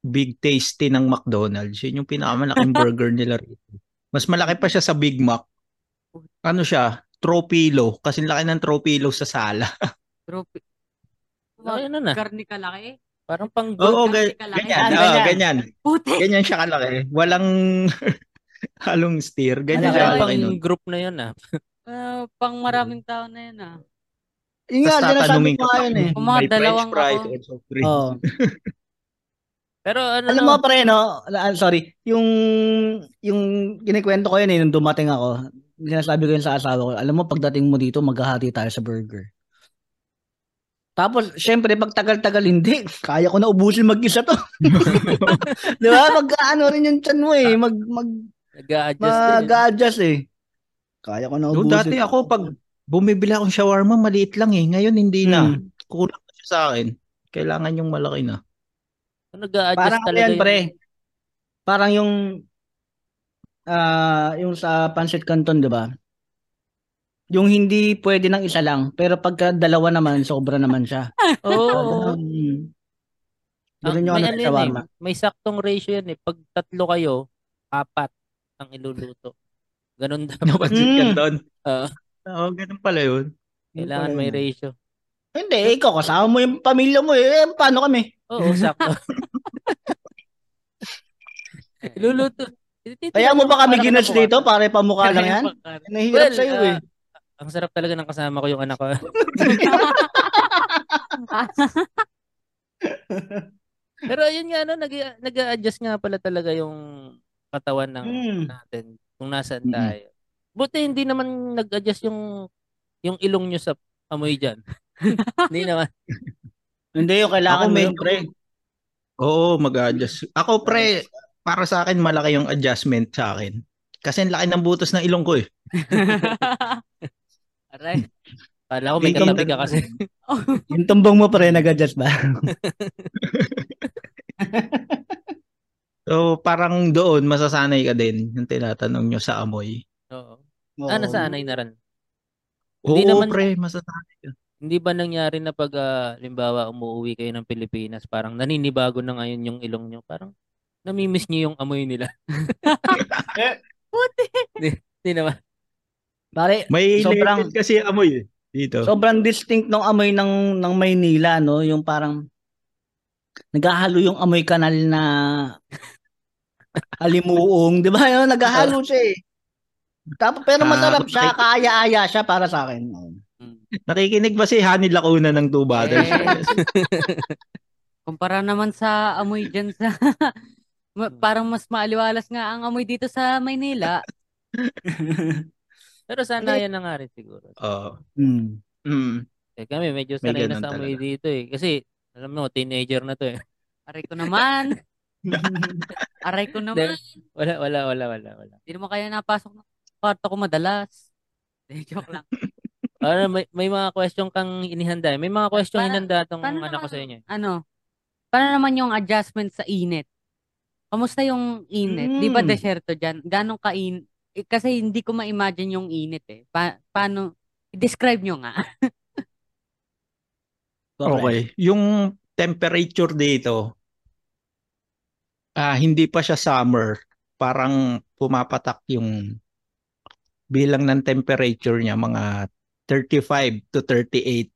[SPEAKER 3] Big Tasty ng McDonald's, yun yung
[SPEAKER 4] *laughs*
[SPEAKER 3] pinakamalaking burger nila rito. Mas malaki pa siya sa Big Mac. Ano siya? Tropilo. Kasi laki ng tropilo sa
[SPEAKER 4] *laughs*
[SPEAKER 3] sala.
[SPEAKER 2] Trophy.
[SPEAKER 1] Laki ano na na.
[SPEAKER 2] Karni kalaki.
[SPEAKER 1] Parang pang
[SPEAKER 3] Oo, oh,
[SPEAKER 2] Ganyan kalaki.
[SPEAKER 3] ganyan.
[SPEAKER 4] Ah,
[SPEAKER 3] Oo,
[SPEAKER 4] ganyan.
[SPEAKER 3] ganyan.
[SPEAKER 2] Puti.
[SPEAKER 3] Ganyan siya kalaki. Walang *laughs* halong steer.
[SPEAKER 4] Ano,
[SPEAKER 3] Ganyan siya
[SPEAKER 4] walang-
[SPEAKER 3] kalaki
[SPEAKER 1] pang
[SPEAKER 3] nun.
[SPEAKER 1] group na yun, ah.
[SPEAKER 2] Ah, pang maraming tao na yun ah.
[SPEAKER 4] Yun
[SPEAKER 3] Tapos
[SPEAKER 4] nga, sinasabi
[SPEAKER 3] tatanungin
[SPEAKER 4] ko nga
[SPEAKER 3] *laughs*
[SPEAKER 4] yun eh.
[SPEAKER 2] Kung mga
[SPEAKER 3] may
[SPEAKER 2] dalawang
[SPEAKER 3] french fries
[SPEAKER 2] ako.
[SPEAKER 3] or soft drinks.
[SPEAKER 4] Oo.
[SPEAKER 1] Pero ano,
[SPEAKER 4] Alam
[SPEAKER 1] no,
[SPEAKER 4] mo pre no, Ah, sorry, yung yung kinikwento ko yun eh nung dumating ako. Sinasabi ko yun sa asawa ko. Alam mo pagdating mo dito, maghahati tayo sa burger. Tapos, syempre, pag tagal-tagal hindi, *laughs* kaya ko na ubusin mag-isa to. *laughs* Di ba? Mag, ano rin yung chan mo eh. Mag, mag,
[SPEAKER 1] nag-a-adjust din.
[SPEAKER 4] mag-adjust eh. Kaya ko na
[SPEAKER 3] Doon
[SPEAKER 4] ubusin.
[SPEAKER 3] dati ako, pag bumibili akong shawarma, maliit lang eh. Ngayon, hindi na.
[SPEAKER 4] Hmm.
[SPEAKER 3] Kulang na siya sa akin. Kailangan yung malaki na.
[SPEAKER 1] Nag-a-adjust
[SPEAKER 4] Parang ano
[SPEAKER 1] talaga
[SPEAKER 4] yan,
[SPEAKER 1] yun.
[SPEAKER 4] pre. Parang yung ah yung sa Pancit Canton, 'di ba? Yung hindi pwede ng isa lang, pero pagka dalawa naman, sobra naman siya.
[SPEAKER 1] Oo.
[SPEAKER 4] Ganun.
[SPEAKER 1] Ah,
[SPEAKER 4] Ganun yung
[SPEAKER 1] may ano
[SPEAKER 4] ano sa
[SPEAKER 1] yan eh.
[SPEAKER 4] shawarma.
[SPEAKER 1] May saktong ratio yan eh. Pag tatlo kayo, apat ang iluluto. Ganun dapat.
[SPEAKER 3] *laughs* Napansin ka
[SPEAKER 4] Mm.
[SPEAKER 3] doon.
[SPEAKER 1] Ah.
[SPEAKER 3] Oo, ganun pala yun.
[SPEAKER 1] Kailangan may ratio.
[SPEAKER 4] Hindi, ikaw kasama mo yung pamilya mo eh. Eh, Paano kami?
[SPEAKER 1] Oo, sakto. Iluluto.
[SPEAKER 4] Kaya mo ba kami
[SPEAKER 1] Parang ano
[SPEAKER 4] ginas
[SPEAKER 1] po,
[SPEAKER 4] dito? Pare pamukha
[SPEAKER 1] *laughs*
[SPEAKER 4] lang yan? Nahihirap
[SPEAKER 1] Well,
[SPEAKER 4] sa'yo eh.
[SPEAKER 1] ah, Ang sarap talaga ng kasama ko yung anak ko. Pero yun nga, no, nag- nag-a-adjust nga pala talaga yung katawan ng
[SPEAKER 4] Mm.
[SPEAKER 1] natin kung nasaan
[SPEAKER 4] Mm-mm.
[SPEAKER 1] tayo. Buti hindi naman nag-adjust yung yung ilong nyo sa amoy dyan.
[SPEAKER 4] *laughs*
[SPEAKER 1] hindi naman.
[SPEAKER 4] Hindi, yung kailangan
[SPEAKER 3] Ako
[SPEAKER 4] mo
[SPEAKER 3] may-
[SPEAKER 4] yung pre.
[SPEAKER 3] Oo, mag-adjust. Ako, pre, para sa akin, malaki yung adjustment sa akin. Kasi ang laki ng butas ng ilong ko eh.
[SPEAKER 1] Aray. Kala ko Oh, may
[SPEAKER 3] Income
[SPEAKER 1] katabi ka
[SPEAKER 3] tax. *laughs*
[SPEAKER 1] kasi. *laughs*
[SPEAKER 4] Yung tumbong mo pre, nag-adjust ba?
[SPEAKER 3] So, parang doon, masasanay ka din yung tinatanong nyo sa amoy.
[SPEAKER 1] Oo.
[SPEAKER 4] Oo.
[SPEAKER 1] Ah, nasanay na rin.
[SPEAKER 3] Oo,
[SPEAKER 1] Hindi naman-
[SPEAKER 3] pre, masasanay.
[SPEAKER 1] Hindi ba nangyari na pag, ah, limbawa, umuwi kayo ng Pilipinas, parang naninibago na ngayon yung ilong nyo? Parang namimiss nyo yung amoy nila. *laughs*
[SPEAKER 2] Puti.
[SPEAKER 1] Hindi naman.
[SPEAKER 4] Pare,
[SPEAKER 3] May
[SPEAKER 4] Sobrang-
[SPEAKER 3] level kasi amoy eh. Dito.
[SPEAKER 4] Sobrang distinct ng amoy ng ng Maynila no, yung parang naghahalo yung amoy kanal na alimuong, 'di ba? Yun, naghahalo siya eh. Tapos
[SPEAKER 3] Ah,
[SPEAKER 4] pero masarap siya, kaaya-aya siya para sa akin.
[SPEAKER 3] Nakikinig ba si Hani Lacuna ng Two Brothers?
[SPEAKER 2] Yes.
[SPEAKER 1] Eh.
[SPEAKER 2] *laughs* Kumpara naman sa amoy dyan sa... *laughs* Ma- parang mas maaliwalas nga ang amoy dito sa Maynila.
[SPEAKER 1] Pero sana yan na nga rin siguro.
[SPEAKER 3] *laughs* Oo.
[SPEAKER 4] Mm.
[SPEAKER 3] Mm.
[SPEAKER 1] Eh, kami medyo
[SPEAKER 3] May
[SPEAKER 1] sanay na
[SPEAKER 3] ganun
[SPEAKER 1] sa amoy
[SPEAKER 3] talaga.
[SPEAKER 1] dito eh. Kasi, alam mo, teenager na to eh. *laughs*
[SPEAKER 2] Aray ko naman. Aray ko naman.
[SPEAKER 1] Wala, wala, wala, wala, wala.
[SPEAKER 2] Hindi naman kaya napasok ng kwarto ko madalas. Hindi, joke lang.
[SPEAKER 1] Ano, may, may mga question kang inihanda. eh. May mga question
[SPEAKER 2] Para-
[SPEAKER 1] inihanda tong
[SPEAKER 2] paano
[SPEAKER 1] anak ko
[SPEAKER 2] naman-
[SPEAKER 1] sa inyo. eh.
[SPEAKER 2] ano, para naman yung adjustment sa init. Kamusta yung init? Di ba
[SPEAKER 4] Mm.
[SPEAKER 2] desyerto dyan? Ganong kain? eh, kasi hindi ko ma-imagine yung init eh. Pa- paano? Describe nyo nga. *laughs*
[SPEAKER 4] Correct.
[SPEAKER 3] *laughs* Okay. Yung temperature dito, ah hindi pa siya summer. Parang pumapatak yung bilang ng temperature niya, mga 35 to 38.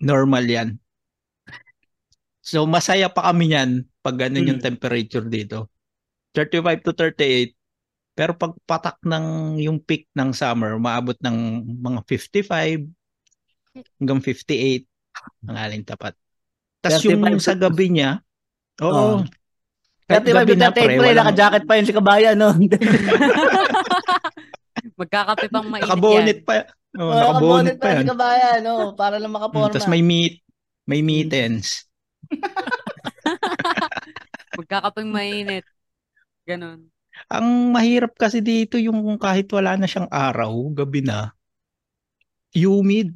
[SPEAKER 3] Normal yan. So masaya pa kami niyan pag ganun yung
[SPEAKER 4] Mm.
[SPEAKER 3] temperature dito. 35 to 38. Pero pag patak ng yung peak ng summer, maabot ng mga 55 hanggang 58 ang aling tapat. Tapos
[SPEAKER 4] 35
[SPEAKER 3] yung
[SPEAKER 4] to-
[SPEAKER 3] sa gabi niya, oo.
[SPEAKER 4] Oo.
[SPEAKER 3] Kahit
[SPEAKER 4] 35
[SPEAKER 3] gabi
[SPEAKER 4] to
[SPEAKER 3] na,
[SPEAKER 4] 38
[SPEAKER 3] pre,
[SPEAKER 4] pre,
[SPEAKER 3] walang-
[SPEAKER 4] naka-jacket pa diba yun si kabayan,
[SPEAKER 3] *laughs*
[SPEAKER 4] no?
[SPEAKER 2] Magkakape pang mainit
[SPEAKER 3] Nakabonnet
[SPEAKER 2] yan.
[SPEAKER 3] pa. Oo,
[SPEAKER 4] Oh,
[SPEAKER 3] nakabonnet
[SPEAKER 4] naka-bonnet
[SPEAKER 3] pa yan.
[SPEAKER 4] si kabayan, no? Para lang
[SPEAKER 3] Mm,
[SPEAKER 4] makaporma.
[SPEAKER 3] Tapos may meat, may
[SPEAKER 4] Mm.
[SPEAKER 3] mittens.
[SPEAKER 2] Magkakape mainit. Ganon.
[SPEAKER 3] Ang mahirap kasi dito yung kahit wala na siyang araw, gabi na, humid.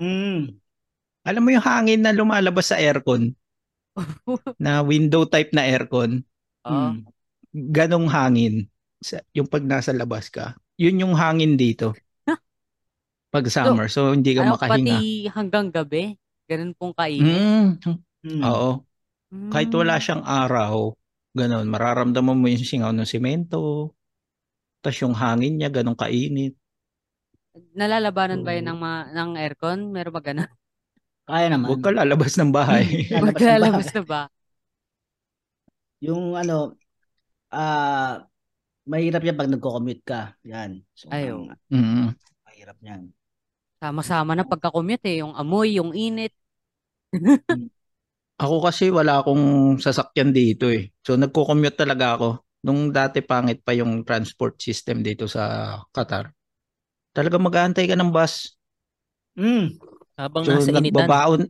[SPEAKER 4] Mm.
[SPEAKER 3] Alam mo yung hangin na lumalabas sa aircon, na window type na aircon,
[SPEAKER 1] Oo.
[SPEAKER 3] Hmm.
[SPEAKER 4] Mm.
[SPEAKER 3] ganong hangin. Sa- Yung pag nasa labas ka, yun yung hangin dito. Pag summer, so, hindi ka
[SPEAKER 2] Ano,
[SPEAKER 3] makahinga.
[SPEAKER 2] pati hanggang gabi. Ganon pong kainit.
[SPEAKER 3] Mm,
[SPEAKER 4] Mm.
[SPEAKER 3] oo.
[SPEAKER 2] Mm.
[SPEAKER 3] Hmm. Kahit wala siyang araw, ganun, mararamdaman mo yung singaw ng simento, tapos yung hangin niya, ganun kainit.
[SPEAKER 2] Nalalabanan ba yan
[SPEAKER 3] Oo.
[SPEAKER 2] ng, mga, ng aircon? Meron ba ganon?
[SPEAKER 4] Kaya naman.
[SPEAKER 3] Huwag ka lalabas ng bahay.
[SPEAKER 4] Lalabas ng bahay.
[SPEAKER 2] Maglalabas na ba?
[SPEAKER 4] Yung ano, ah, mahirap yan pag nagko-commute ka. Yan. So,
[SPEAKER 2] Ay,
[SPEAKER 4] ang-
[SPEAKER 3] mm.
[SPEAKER 4] mahirap yan.
[SPEAKER 2] Sama-sama na pagka-commute eh. Yung amoy, yung init.
[SPEAKER 3] Ako kasi wala akong sasakyan dito eh. So nagko-commute talaga ako. Nung dati pangit pa yung transport system dito sa Qatar. Talaga mag-aantay ka ng bus.
[SPEAKER 4] Mm.
[SPEAKER 1] Habang
[SPEAKER 3] So
[SPEAKER 1] nasa initan.
[SPEAKER 3] nagbabaon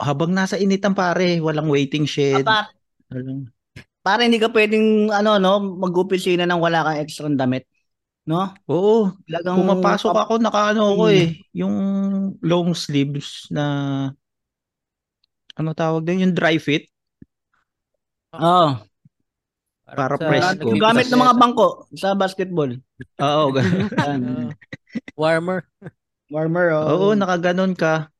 [SPEAKER 3] habang nasa initan pare, walang waiting shed.
[SPEAKER 4] Para,
[SPEAKER 3] Walang-
[SPEAKER 4] para hindi ka pwedeng ano no, mag-opisina nang wala kang extra damit, no?
[SPEAKER 3] Oo,
[SPEAKER 4] Talagang
[SPEAKER 3] pumapasok
[SPEAKER 4] pap-
[SPEAKER 3] ako nakaano ako
[SPEAKER 1] Hmm.
[SPEAKER 4] Mm.
[SPEAKER 3] eh, yung long sleeves na ano tawag doon, yung dry fit.
[SPEAKER 4] Oo.
[SPEAKER 3] para
[SPEAKER 1] sa
[SPEAKER 3] press
[SPEAKER 4] Yung
[SPEAKER 3] ko.
[SPEAKER 1] nagbibigay
[SPEAKER 4] gamit ng mga
[SPEAKER 1] sa-
[SPEAKER 4] bangko sa basketball.
[SPEAKER 3] Oo,
[SPEAKER 1] *laughs*
[SPEAKER 3] ganun.
[SPEAKER 4] Yan.
[SPEAKER 1] Oo. ah, warmer.
[SPEAKER 4] Warmer oh.
[SPEAKER 3] Oo, nakaganon ka.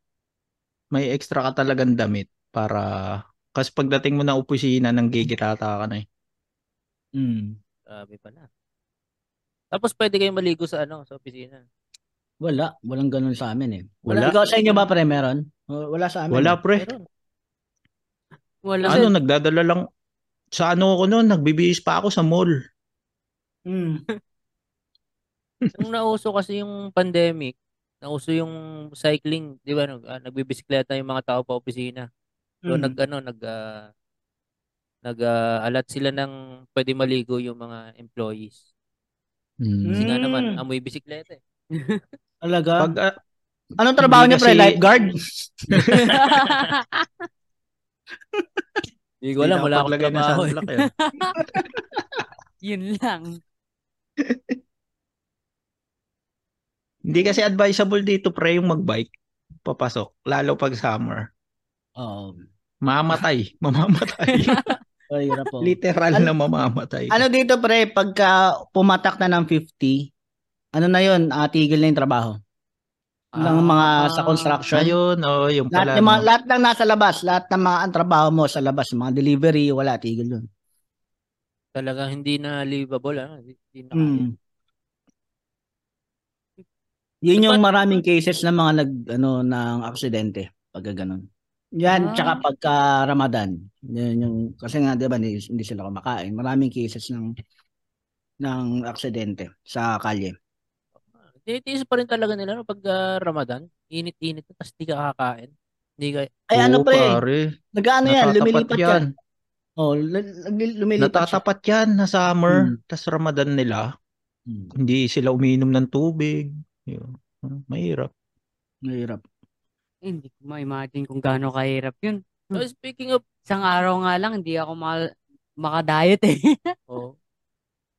[SPEAKER 3] May extra ka talagang damit para kasi pagdating mo na opisina nang gigirata ka na eh.
[SPEAKER 4] Mm.
[SPEAKER 1] Grabe pala. Tapos pwede kayong maligo sa ano, sa opisina.
[SPEAKER 4] Wala, walang ganun sa amin eh.
[SPEAKER 3] Wala.
[SPEAKER 4] Ikaw sa inyo ba pre meron? Wala sa amin.
[SPEAKER 3] Wala pre.
[SPEAKER 1] Meron.
[SPEAKER 2] Wala.
[SPEAKER 3] Ano, nagdadala lang sa ano ko noon, nagbibihis pa ako sa mall.
[SPEAKER 4] eh. Mm.
[SPEAKER 1] Nung nauso kasi yung pandemic, nauso yung cycling, di ba? Nag, uh, nagbibisikleta yung mga tao pa opisina. So
[SPEAKER 4] Mm.
[SPEAKER 1] nag ano, nag ah, nag ah, alat sila ng pwede maligo yung mga employees. Kasi nga naman,
[SPEAKER 4] Mm.
[SPEAKER 1] amoy bisikleta eh.
[SPEAKER 4] Hmm. Talaga.
[SPEAKER 3] Hmm. Pag ah,
[SPEAKER 4] Anong trabaho
[SPEAKER 3] Hindi
[SPEAKER 4] niyo pre?
[SPEAKER 3] kasi-
[SPEAKER 4] Lifeguard?
[SPEAKER 1] Hindi ko alam, wala akong
[SPEAKER 3] pinapaglagay ng
[SPEAKER 1] trabaho. eh.
[SPEAKER 3] sunblock yan.
[SPEAKER 2] *laughs* Yun lang.
[SPEAKER 3] Hindi kasi advisable dito pre yung magbike papasok lalo pag summer.
[SPEAKER 4] Oo.
[SPEAKER 3] Mamamatay, *laughs*
[SPEAKER 4] *laughs*
[SPEAKER 3] mamamatay.
[SPEAKER 4] Mahirap po.
[SPEAKER 3] Literal
[SPEAKER 4] Ano-
[SPEAKER 3] na mamamatay.
[SPEAKER 4] Ano dito pre, pagka pumatak na ng 50, ano na yun, ah, tigil na yung trabaho. Ng mga sa construction.
[SPEAKER 3] Ah, Ayun, oh, yung
[SPEAKER 4] lahat,
[SPEAKER 3] pala.
[SPEAKER 4] ng mga,
[SPEAKER 3] no?
[SPEAKER 4] lahat ng nasa labas, lahat ng mga ang trabaho mo sa labas, mga delivery, wala, tigil yun.
[SPEAKER 1] Talagang hindi na livable. Ano? Hindi, hindi na kaya.
[SPEAKER 4] Mm. Yun yung
[SPEAKER 1] Diba-
[SPEAKER 4] maraming cases ng mga nag, ano, ng aksidente, pagka ganun.
[SPEAKER 2] Ah.
[SPEAKER 4] Yan, tsaka pagka Ramadan. Yun yung, kasi nga, di ba, hindi, hindi sila kumakain. Maraming cases ng ng aksidente sa kalye.
[SPEAKER 1] Tinitiis pa rin talaga nila no, pag ah, Ramadan. Init-init na, tapos di ka kakain. Hindi ka,
[SPEAKER 4] Ay, ano
[SPEAKER 3] Oo,
[SPEAKER 4] pre,
[SPEAKER 3] pare.
[SPEAKER 4] nag-ano yan,
[SPEAKER 3] Natatapat
[SPEAKER 4] lumilipat yan.
[SPEAKER 3] yan.
[SPEAKER 4] Oh, l- l- lumilipat siya.
[SPEAKER 3] Natatapat yan na summer,
[SPEAKER 4] Mm.
[SPEAKER 3] tas Ramadan nila,
[SPEAKER 4] Mm,
[SPEAKER 3] hindi sila umiinom ng tubig. Yun. Mahirap.
[SPEAKER 4] Mahirap.
[SPEAKER 2] Hindi ko ma-imagine kung gaano kahirap yun.
[SPEAKER 4] Hmm.
[SPEAKER 1] So, speaking of,
[SPEAKER 2] Isang araw nga lang, hindi ako maka- makadiet eh.
[SPEAKER 1] oh,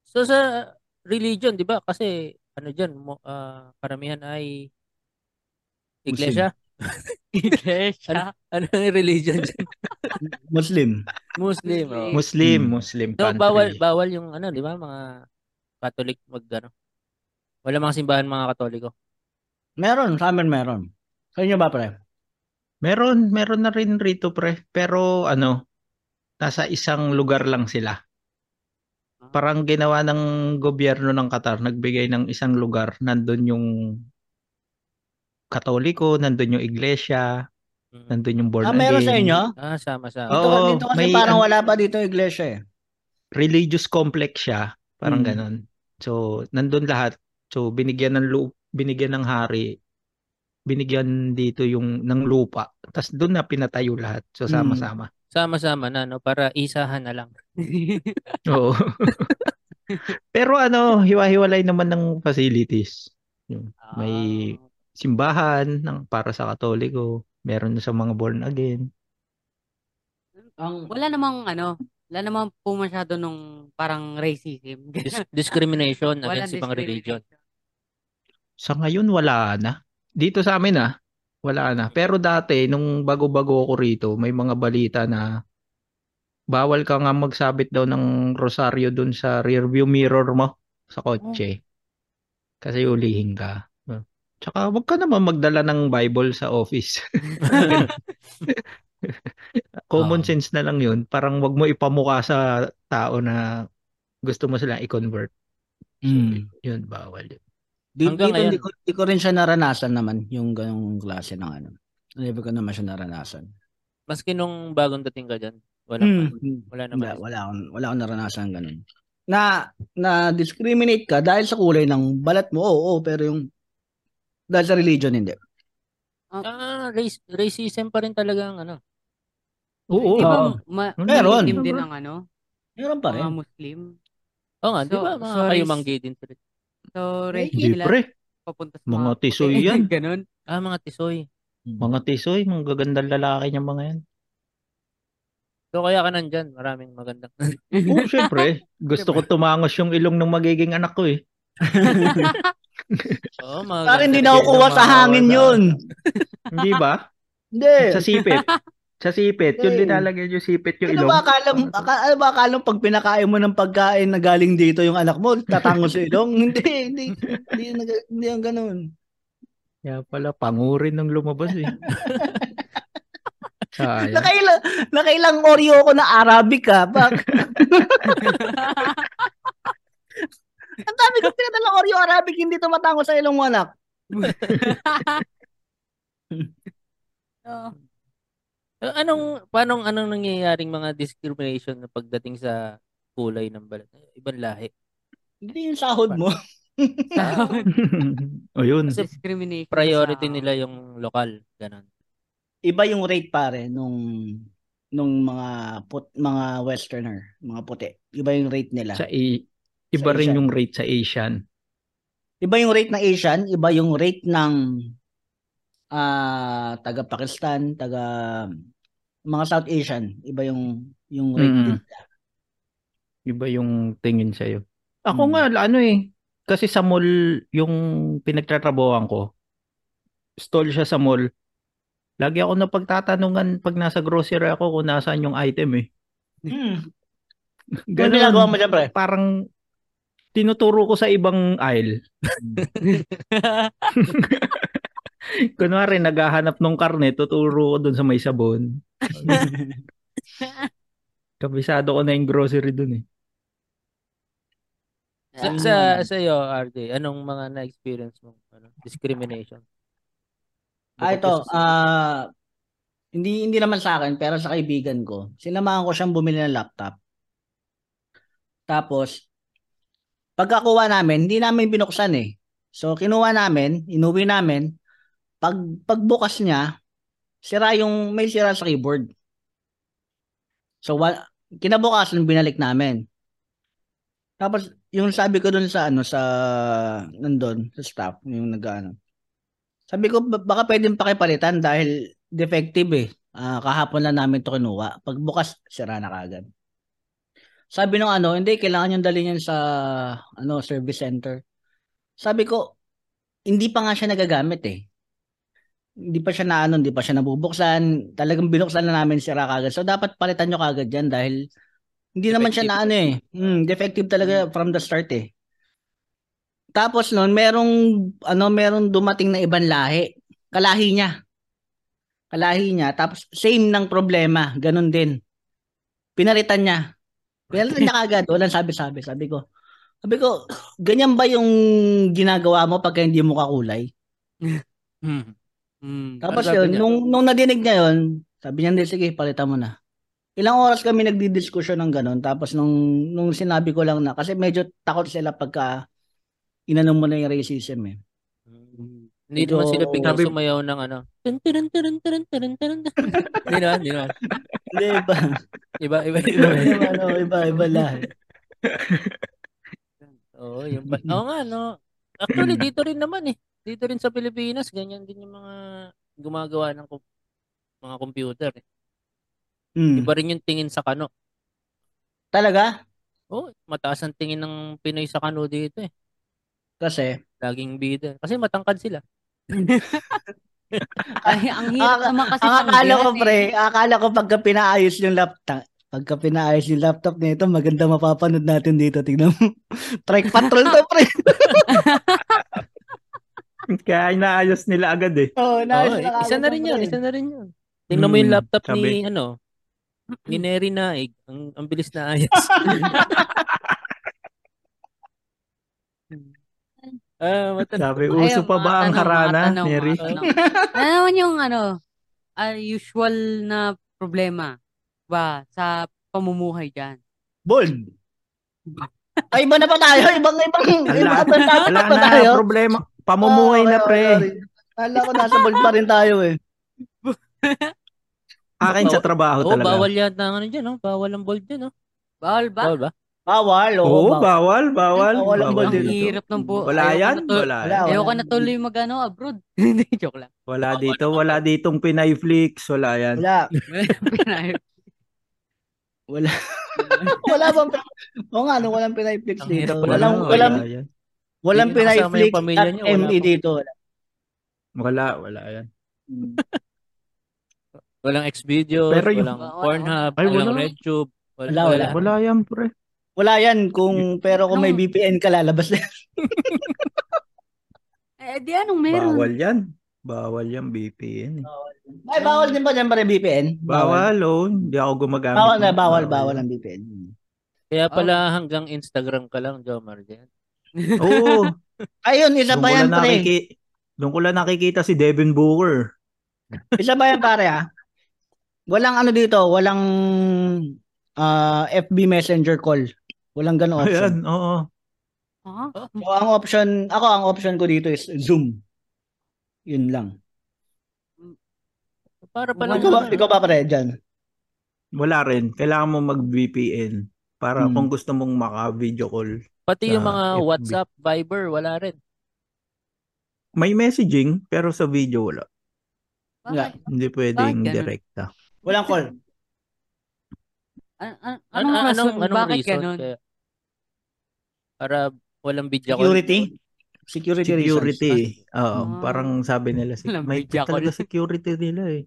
[SPEAKER 1] so sa religion, di ba? Kasi, ano dyan, mo, ah, karamihan ay *laughs* Iglesia?
[SPEAKER 2] Iglesia.
[SPEAKER 1] Ano yung religion dyan?
[SPEAKER 4] Muslim.
[SPEAKER 1] Muslim. oh.
[SPEAKER 3] Muslim,
[SPEAKER 4] Hmm.
[SPEAKER 3] Muslim
[SPEAKER 1] So,
[SPEAKER 3] country.
[SPEAKER 1] bawal, bawal yung ano, di ba? Mga Catholic mag ano. Wala mga simbahan mga Katoliko.
[SPEAKER 4] Meron, sa amin meron. Sa inyo ba, pre?
[SPEAKER 3] Meron, meron na rin rito pre. Pero ano, nasa isang lugar lang sila.
[SPEAKER 4] Ah.
[SPEAKER 3] Parang ginawa ng gobyerno ng Qatar, nagbigay ng isang lugar, nandun yung Katoliko, nandun yung iglesia,
[SPEAKER 1] Mm.
[SPEAKER 3] nandun yung born
[SPEAKER 4] Ah, meron
[SPEAKER 3] again.
[SPEAKER 4] sa inyo?
[SPEAKER 1] Ah, sama sa.
[SPEAKER 3] Oo,
[SPEAKER 4] Dito, dito kasi
[SPEAKER 3] may
[SPEAKER 4] parang
[SPEAKER 3] an-
[SPEAKER 4] wala pa dito iglesia eh.
[SPEAKER 3] religious complex siya, parang
[SPEAKER 4] Mm.
[SPEAKER 3] ganon. So, nandun lahat. So, binigyan ng lu binigyan ng hari, binigyan dito yung ng lupa. Tapos doon na pinatayo lahat.
[SPEAKER 4] Mm.
[SPEAKER 3] So,
[SPEAKER 4] *laughs*
[SPEAKER 3] sama-sama.
[SPEAKER 1] Sama-sama na, no? Para isahan na
[SPEAKER 2] *laughs*
[SPEAKER 1] lang.
[SPEAKER 3] Oo. *laughs* Pero ano, hiwa-hiwalay naman ng facilities. *laughs* May- Simbahan ng para sa Katoliko, meron na sa mga born again.
[SPEAKER 4] Ang
[SPEAKER 2] Wala namang ano, wala namang po masyado nung parang racism.
[SPEAKER 1] Dis- discrimination
[SPEAKER 2] Walang
[SPEAKER 1] against ibang religion.
[SPEAKER 2] discrimination.
[SPEAKER 3] Sa ngayon wala na. Dito sa amin ah, wala na. Pero dati nung bago-bago ako rito, may mga balita na bawal ka nga magsabit daw ng rosaryo dun sa rearview mirror mo sa kotse. Kasi ulihin ka. Tsaka wag ka naman magdala ng Bible sa office. Common
[SPEAKER 1] Oo.
[SPEAKER 3] sense na lang 'yun. Parang wag mo ipamukha sa tao na gusto mo sila i-convert.
[SPEAKER 4] Mm.
[SPEAKER 3] Yun bawal. yun.
[SPEAKER 4] Di-
[SPEAKER 1] Hanggang
[SPEAKER 4] dito, hindi
[SPEAKER 1] ngayon.
[SPEAKER 4] ko, di ko rin siya naranasan naman, yung ganong klase ng ano. Hindi ko naman siya naranasan.
[SPEAKER 1] Maski nung bagong dating ka dyan, wala,
[SPEAKER 3] Hmm.
[SPEAKER 4] Mm.
[SPEAKER 1] wala naman.
[SPEAKER 4] Wala, wala, akong, wala akong naranasan ganun. Na, na discriminate ka dahil sa kulay ng balat mo, oo, oo, pero yung dahil sa religion, hindi.
[SPEAKER 1] Ah, race, racism pa rin talaga ang ano.
[SPEAKER 3] Oo.
[SPEAKER 2] Di ba
[SPEAKER 4] Oo.
[SPEAKER 2] ma-
[SPEAKER 4] Meron.
[SPEAKER 2] malilim din ang ano,
[SPEAKER 4] Meron
[SPEAKER 1] Um,
[SPEAKER 4] pa
[SPEAKER 2] mga
[SPEAKER 4] rin.
[SPEAKER 2] Muslim?
[SPEAKER 1] Oo nga, di
[SPEAKER 2] So-
[SPEAKER 1] ba mga
[SPEAKER 2] so
[SPEAKER 1] kayo
[SPEAKER 2] race-
[SPEAKER 1] manggi din sila.
[SPEAKER 2] So,
[SPEAKER 3] Hindi,
[SPEAKER 2] racism
[SPEAKER 3] pre.
[SPEAKER 2] sila papunta sa
[SPEAKER 3] Mga
[SPEAKER 2] puti.
[SPEAKER 3] tisoy yan.
[SPEAKER 2] *laughs*
[SPEAKER 3] *laughs*
[SPEAKER 2] Ganun.
[SPEAKER 1] Ah, mga tisoy.
[SPEAKER 3] Mga tisoy, mga gagandang lalaki niya mga yan.
[SPEAKER 1] So kaya ka nandyan, maraming
[SPEAKER 2] *laughs*
[SPEAKER 1] magandang.
[SPEAKER 3] Oo,
[SPEAKER 4] *laughs*
[SPEAKER 3] syempre. Gusto
[SPEAKER 4] Diba?
[SPEAKER 3] ko tumangos yung ilong ng magiging anak ko
[SPEAKER 4] *laughs*
[SPEAKER 3] eh.
[SPEAKER 1] Oo, mga
[SPEAKER 4] Sa akin,
[SPEAKER 1] ganda
[SPEAKER 4] hindi
[SPEAKER 1] rin
[SPEAKER 4] nakukuha
[SPEAKER 1] ng
[SPEAKER 4] sa
[SPEAKER 1] mga
[SPEAKER 4] hangin
[SPEAKER 1] organ.
[SPEAKER 4] yun.
[SPEAKER 3] Hindi ba?
[SPEAKER 4] Hindi.
[SPEAKER 3] Sa sipit. Sa sipit. Yung
[SPEAKER 4] Hey.
[SPEAKER 3] dinalagay yung sipit yung
[SPEAKER 4] Ano
[SPEAKER 3] ilong.
[SPEAKER 4] ba akala, mo- aka- ano ba akala mo pag pinakain mo ng pagkain na galing dito yung anak mo, tatango sa ilong? *laughs* hindi, hindi, hindi, hindi, hindi ang ganun.
[SPEAKER 3] Kaya pala, panguri nung lumabas
[SPEAKER 4] *laughs*
[SPEAKER 3] eh. Sayang. *laughs*
[SPEAKER 4] Nakailang, nakailang Oreo ko na Arabic ka. Bak? *laughs* ang dami ko pinadala Oreo Arabic, hindi tumatango sa ilong mo anak.
[SPEAKER 2] Oo.
[SPEAKER 1] Eh, Anong, paano, anong nangyayaring mga discrimination na pagdating sa kulay ng balat? Ibang lahi.
[SPEAKER 4] Hindi yung sahod mo. *laughs*
[SPEAKER 3] o yun.
[SPEAKER 1] Kasi
[SPEAKER 2] discrimination.
[SPEAKER 1] Priority
[SPEAKER 2] sa-
[SPEAKER 1] nila yung lokal. Ganon.
[SPEAKER 4] Iba yung rate pare nung nung mga put, mga westerner, mga puti. Iba yung rate nila.
[SPEAKER 3] Sa i- iba
[SPEAKER 4] Sa
[SPEAKER 3] rin
[SPEAKER 4] Asian.
[SPEAKER 3] yung rate sa Asian.
[SPEAKER 4] Iba yung rate ng Asian, iba yung rate ng ah taga Pakistan, taga mga South Asian, iba yung yung rate
[SPEAKER 3] Mm.
[SPEAKER 4] din.
[SPEAKER 3] Iba yung tingin sa'yo. Ako
[SPEAKER 4] Mm.
[SPEAKER 3] nga, ano eh. Kasi sa mall, yung pinagtatrabahoan ko, stall siya sa mall. Lagi ako napagtatanungan pag nasa grocery ako kung nasaan yung item eh.
[SPEAKER 4] Mm. Ano
[SPEAKER 3] Ganun.
[SPEAKER 4] ginagawa mo dyan, pre?
[SPEAKER 3] parang tinuturo ko sa ibang *laughs* aisle. Kunwari, naghahanap ng karne, tuturo ko dun sa may sabon. Kabisado ko na yung grocery dun eh.
[SPEAKER 1] Sa,
[SPEAKER 4] Ah. *laughs*
[SPEAKER 1] sa, sa'yo, RJ, anong mga na-experience mo? Ano, discrimination?
[SPEAKER 4] Ah,
[SPEAKER 1] Bukod
[SPEAKER 4] ito,
[SPEAKER 1] po sa-
[SPEAKER 4] ah, hindi hindi naman sa akin, pero sa kaibigan ko. Sinamahan ko siyang bumili ng laptop. Tapos pagkakuha namin, hindi namin binuksan eh. So kinuha namin, inuwi namin. Pag pagbukas niya, sira yung may sira sa keyboard. So wa- kinabukasan binalik namin. Tapos yung sabi ko dun sa ano sa nandun sa staff, yung nag-ano. Sabi ko, "Ba- baka pwedeng pakipalitan dahil defective eh. Ah, kahapon lang namin to kinuha. Pagbukas, sira na kagad. Sabi nung ano, hindi, kailangan yung dalhin yan sa ano, service center. Sabi ko, hindi pa nga siya nagagamit eh. hindi pa siya na ano, hindi pa siya nabubuksan. Talagang binuksan na namin sira kagad. So dapat palitan nyo kagad yan dahil hindi naman siya na ano eh. Mm, defective talaga from the start eh. Tapos noon, merong ano, merong dumating na ibang lahi. Kalahi niya. Kalahi niya. Tapos same ng problema, ganun din. Pinalitan niya. Pinalitan niya kagad, walang sabi-sabi. Sabi ko, sabi ko, ganyan ba yung ginagawa mo pagka hindi mo kakulay?
[SPEAKER 1] Hmm.
[SPEAKER 2] Mm.
[SPEAKER 1] Ano
[SPEAKER 4] Tapos
[SPEAKER 1] sabi
[SPEAKER 4] yun,
[SPEAKER 1] niya?
[SPEAKER 4] nung, nung nadinig niya yun, sabi niya, hindi, sige, palitan mo na. Ilang oras kami nagdidiskusyon ng ganun. Tapos nung, nung sinabi ko lang na, kasi medyo takot sila pagka inanong mo na yung racism eh.
[SPEAKER 1] Hmm. Hindi naman
[SPEAKER 4] Medyo-
[SPEAKER 1] sila biglang
[SPEAKER 3] Sabi-
[SPEAKER 1] sumayaw ng ano. Tun, turun, turun, turun, turun, turun. *laughs* Hindi naman, *laughs* hindi naman.
[SPEAKER 4] Hindi, iba.
[SPEAKER 1] Iba, iba, *laughs* iba.
[SPEAKER 4] iba, iba, ano, iba, iba lahat.
[SPEAKER 1] Oo, yung
[SPEAKER 3] *laughs*
[SPEAKER 1] ba- Oo nga, no. Actually, dito rin naman eh. Dito rin sa Pilipinas, ganyan din yung mga gumagawa ng kom- mga computer. Eh.
[SPEAKER 4] Mm.
[SPEAKER 3] Hmm.
[SPEAKER 1] Iba rin yung tingin sa kano.
[SPEAKER 4] Talaga?
[SPEAKER 1] Oo, mataas ang tingin ng Pinoy sa kano dito eh.
[SPEAKER 4] Kasi,
[SPEAKER 1] Laging bida. Kasi matangkad sila.
[SPEAKER 2] Ay, ang hirap
[SPEAKER 4] Ang-
[SPEAKER 2] naman kasi
[SPEAKER 4] ang akala
[SPEAKER 2] tanggihan
[SPEAKER 4] ko
[SPEAKER 2] eh.
[SPEAKER 4] pre, akala ko pagka pinaayos yung laptop, pagka pinaayos yung laptop nito, maganda mapapanood natin dito. Tingnan mo. *laughs* Trike patrol to pre.
[SPEAKER 3] Kaya inaayos nila agad eh.
[SPEAKER 4] Oo,
[SPEAKER 1] *laughs*
[SPEAKER 4] naayos
[SPEAKER 1] Oo, eh,
[SPEAKER 4] kagad
[SPEAKER 1] isa na rin
[SPEAKER 4] pre.
[SPEAKER 1] yun, isa na rin yun. Tingnan mo yung
[SPEAKER 3] Hmm,
[SPEAKER 1] laptop
[SPEAKER 3] sabi. Hmm.
[SPEAKER 1] ni, ano, ni Neri Naig. Ang, ang bilis na
[SPEAKER 3] *laughs*
[SPEAKER 1] ayos. *laughs* Ah, mata-
[SPEAKER 3] Sabi,
[SPEAKER 2] Ayun,
[SPEAKER 3] uso
[SPEAKER 2] mga
[SPEAKER 3] pa ba
[SPEAKER 2] tanong,
[SPEAKER 3] ang
[SPEAKER 2] mga
[SPEAKER 3] harana,
[SPEAKER 2] tanong,
[SPEAKER 3] Neri?
[SPEAKER 2] mga tanong. ano naman yung ano, ah, usual na problema ba sa pamumuhay dyan?
[SPEAKER 4] Bold. Ay, iba na pa tayo. *laughs* Ibang, ibang,
[SPEAKER 3] Wala,
[SPEAKER 4] ibang topic
[SPEAKER 3] wala
[SPEAKER 4] pa
[SPEAKER 3] na,
[SPEAKER 4] tayo.
[SPEAKER 3] problema. Pamumuhay
[SPEAKER 4] Ah,
[SPEAKER 3] na
[SPEAKER 4] okay,
[SPEAKER 3] pre.
[SPEAKER 4] okay. Akala ko nasa bold pa rin tayo eh.
[SPEAKER 3] Akin sa trabaho
[SPEAKER 1] Oo,
[SPEAKER 3] talaga.
[SPEAKER 1] bawal yata ang ano dyan, no? Bawal ang bold dyan, no?
[SPEAKER 2] Bawal ba?
[SPEAKER 1] Bawal ba?
[SPEAKER 4] Bawal, oo.
[SPEAKER 3] Oo,
[SPEAKER 4] bawal.
[SPEAKER 3] bawal, bawal.
[SPEAKER 4] Bawal ang
[SPEAKER 2] Ang
[SPEAKER 4] bold dito.
[SPEAKER 2] hirap ng bu- Ayoko
[SPEAKER 3] Wala yan,
[SPEAKER 2] na to-
[SPEAKER 3] wala.
[SPEAKER 4] Wala,
[SPEAKER 3] yan.
[SPEAKER 2] Ayoko
[SPEAKER 4] wala.
[SPEAKER 2] na tuloy mag ano, *laughs* abroad. Hindi, joke lang.
[SPEAKER 3] Wala dito, wala ditong Pinay Flix, wala yan.
[SPEAKER 4] Wala. *laughs*
[SPEAKER 2] Pinayos.
[SPEAKER 4] Wala. wala bang Oo nga, no, walang Pinay Flix
[SPEAKER 1] Ang
[SPEAKER 4] dito.
[SPEAKER 1] hirap
[SPEAKER 3] Wala,
[SPEAKER 4] Walang,
[SPEAKER 1] wala.
[SPEAKER 4] walang,
[SPEAKER 3] yan.
[SPEAKER 4] walang
[SPEAKER 1] Hindi na
[SPEAKER 4] Pinay
[SPEAKER 1] kasama yung
[SPEAKER 4] Flix
[SPEAKER 1] pamilya
[SPEAKER 4] at
[SPEAKER 1] niya, wala
[SPEAKER 4] ME
[SPEAKER 1] pa.
[SPEAKER 4] dito. Wala.
[SPEAKER 3] Wala, wala yan.
[SPEAKER 1] Walang Xvideos,
[SPEAKER 3] Pero yung-
[SPEAKER 1] walang
[SPEAKER 2] Wala,
[SPEAKER 1] Pornhub,
[SPEAKER 3] wala. Ay,
[SPEAKER 1] walang
[SPEAKER 3] wala.
[SPEAKER 1] RedTube. Wala,
[SPEAKER 4] Wala,
[SPEAKER 1] wala.
[SPEAKER 3] Wala yan, pre.
[SPEAKER 4] Wala yan kung, pero kung may
[SPEAKER 2] Anong-
[SPEAKER 4] VPN ka lalabas na.
[SPEAKER 2] Eh, di anong meron?
[SPEAKER 3] Bawal yan. Bawal yan, BPN. eh.
[SPEAKER 4] Ay, bawal din ba dyan pare VPN?
[SPEAKER 3] Bawal, oh. Hindi ako gumagamit.
[SPEAKER 4] Bawal na,
[SPEAKER 3] ng-
[SPEAKER 4] bawal, bawal
[SPEAKER 3] yan.
[SPEAKER 4] ang VPN.
[SPEAKER 2] Ah.
[SPEAKER 1] Kaya pala hanggang Instagram ka lang, Jomar. Dyan.
[SPEAKER 3] Oo.
[SPEAKER 4] *laughs* Ayun, isa
[SPEAKER 3] Doon
[SPEAKER 4] pa
[SPEAKER 3] ko
[SPEAKER 4] yan,
[SPEAKER 3] lang
[SPEAKER 4] pre.
[SPEAKER 3] nakiki- doon ko lang nakikita si Devin Booker.
[SPEAKER 4] Isa ba yan pare ha? Walang ano dito, walang ah, FB Messenger call. Walang ganong option.
[SPEAKER 3] Ayan, oo.
[SPEAKER 2] Ah,
[SPEAKER 4] So, ang option, ako ang option ko dito is Zoom. Yun lang.
[SPEAKER 1] Para pala.
[SPEAKER 4] Ikaw ba, ikaw ba pare dyan?
[SPEAKER 3] Wala rin. Kailangan mo mag-VPN para
[SPEAKER 4] Hmm.
[SPEAKER 3] kung gusto mong maka-video call.
[SPEAKER 1] Pati yung
[SPEAKER 3] sa
[SPEAKER 1] mga
[SPEAKER 3] FB.
[SPEAKER 1] WhatsApp, Viber, wala rin.
[SPEAKER 3] May messaging, pero sa video wala.
[SPEAKER 1] Oh,
[SPEAKER 4] Nga.
[SPEAKER 2] bakit?
[SPEAKER 3] Hindi pwedeng
[SPEAKER 2] ganun?
[SPEAKER 3] direkta.
[SPEAKER 4] Walang call.
[SPEAKER 2] An- an-
[SPEAKER 1] Ano,
[SPEAKER 2] anong
[SPEAKER 1] anong,
[SPEAKER 2] rason?
[SPEAKER 1] anong
[SPEAKER 2] Bakit
[SPEAKER 1] reason? *laughs*
[SPEAKER 2] ganun?
[SPEAKER 1] Kaya, para walang video call.
[SPEAKER 4] Security? Security, reasons.
[SPEAKER 3] Security. Oo,
[SPEAKER 2] Ah.
[SPEAKER 3] parang sabi nila, sec-
[SPEAKER 2] Walang
[SPEAKER 3] may
[SPEAKER 2] video call.
[SPEAKER 3] talaga security nila eh.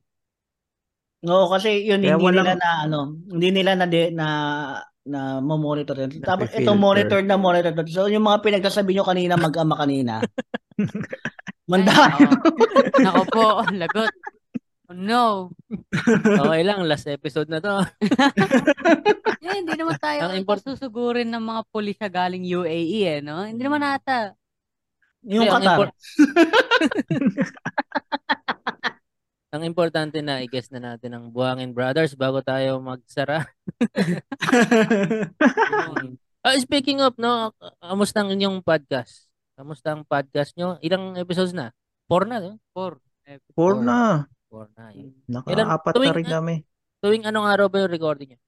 [SPEAKER 4] Oo, kasi yun
[SPEAKER 3] Kaya
[SPEAKER 4] hindi nila
[SPEAKER 3] walang-
[SPEAKER 4] na ano, hindi nila na de, na na monitor yun. Tapos
[SPEAKER 3] Naka-filter.
[SPEAKER 4] ito monitored na monitored. na. So yung mga pinagsasabi nyo kanina mag-ama kanina. Manda.
[SPEAKER 2] Ay, nako. Nako po, lagot. Oh, no.
[SPEAKER 1] *laughs* Okay lang, last episode na to. *laughs*
[SPEAKER 2] Eh, hindi naman tayo
[SPEAKER 1] Ang import-
[SPEAKER 2] susugurin ng mga pulisya galing UAE eh, no? Hindi naman ata.
[SPEAKER 4] *laughs* Yung
[SPEAKER 1] Kaya ang
[SPEAKER 4] Qatar.
[SPEAKER 1] impor- Ang importante na i-guess na natin ang Buhangin Brothers bago tayo magsara. *laughs* Yun. Ah, speaking of, no, kamusta ang inyong podcast? Kamusta ang podcast nyo? Ilang episodes na? Four na, no? Four.
[SPEAKER 3] Four na.
[SPEAKER 1] Four na. Yun.
[SPEAKER 3] Naka-apat na
[SPEAKER 1] tuwing-
[SPEAKER 3] rin kami.
[SPEAKER 1] Tuwing anong araw ba yung recording nyo?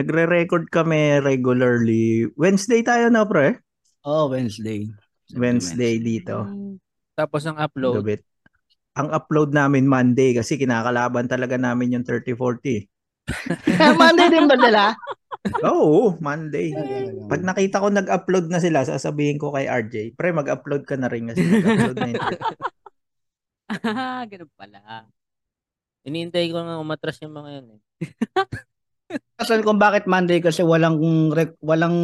[SPEAKER 3] Nagre-record kami regularly. Wednesday tayo na, pre.
[SPEAKER 4] *laughs* Oh, Wednesday.
[SPEAKER 3] Wednesday dito.
[SPEAKER 2] Mm.
[SPEAKER 1] Tapos ang upload.
[SPEAKER 3] Gabit. Ang upload namin Monday kasi kinakalaban talaga namin yung 3040.
[SPEAKER 4] Wednesday. *laughs* Monday din ba nila?
[SPEAKER 3] Oo, Monday. Pag nakita ko nag-upload na sila, sasabihin ko kay RJ, pre, mag-upload ka na rin kasi nag-upload na yun.
[SPEAKER 2] *laughs* Ah, ganun pala.
[SPEAKER 1] Iniintay ko nga umatras yung mga yun eh.
[SPEAKER 4] Kasan kung bakit Monday kasi walang rec- walang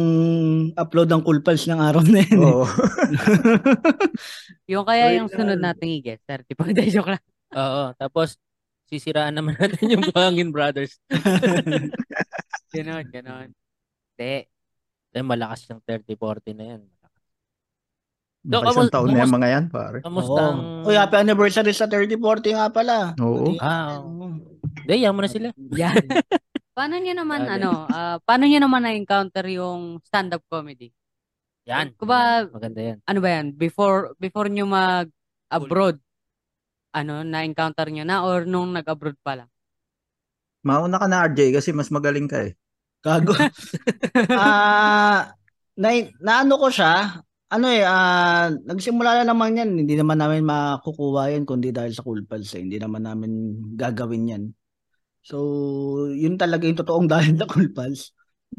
[SPEAKER 4] upload ng cool pals ng araw na yun. eh. *laughs*
[SPEAKER 3] *laughs* *laughs* Oo.
[SPEAKER 2] Yung kaya
[SPEAKER 4] Wait
[SPEAKER 2] yung
[SPEAKER 1] uh,
[SPEAKER 2] sunod
[SPEAKER 4] lang.
[SPEAKER 2] nating i-guess. *laughs* 35 days joke lang.
[SPEAKER 1] Oo, tapos sisiraan naman *laughs* natin yung Buhangin Brothers.
[SPEAKER 2] Ganun, ganun. Hindi.
[SPEAKER 1] Eh, malakas yung 30-40 na yan.
[SPEAKER 3] Baka
[SPEAKER 1] kamu-
[SPEAKER 3] isang taon na yung
[SPEAKER 1] kamusta-
[SPEAKER 3] mga yan, pare.
[SPEAKER 1] Kamusta ang...
[SPEAKER 4] Oo. Uy, happy anniversary sa 3040 nga pala.
[SPEAKER 3] Oo.
[SPEAKER 1] Ah, oo. Hindi, yan mo na sila.
[SPEAKER 2] Yan. paano nyo naman,
[SPEAKER 1] Bagay.
[SPEAKER 2] ano, ah, paano nyo naman na-encounter yung stand-up comedy?
[SPEAKER 1] Yan.
[SPEAKER 2] Kuba-
[SPEAKER 1] Maganda yan.
[SPEAKER 2] Ano ba yan? Before, before nyo mag-abroad, ano, na-encounter nyo na or nung nag-abroad pa lang?
[SPEAKER 3] Mauna ka na, RJ, kasi mas magaling ka eh.
[SPEAKER 4] Gago. *laughs* Ah, na, naano ko siya? Ano eh, ah, nagsimula na naman yan. Hindi naman namin makukuha yan kundi dahil sa Cool Pals eh. Hindi naman namin gagawin yan. So, yun talaga yung totoong dahil sa Cool Pals.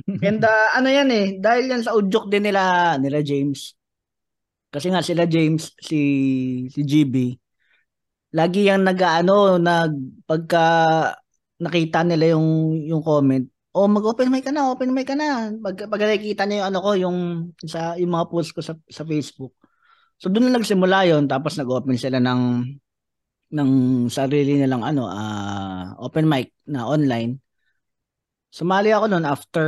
[SPEAKER 4] And ah, ano yan eh, dahil yan sa udyok din nila, nila James. Kasi nga sila James, si, si GB, lagi yang nag-ano, nag, pagka nakita nila yung, yung comment, Oh, mag-open mic ka na, open mic ka na. Pag, pag nakikita niya yung ano ko, yung, sa, yung mga posts ko sa, sa Facebook. So, doon na nagsimula yon Tapos nag-open sila ng, ng sarili nilang ano, ah, open mic na online. Sumali ako noon after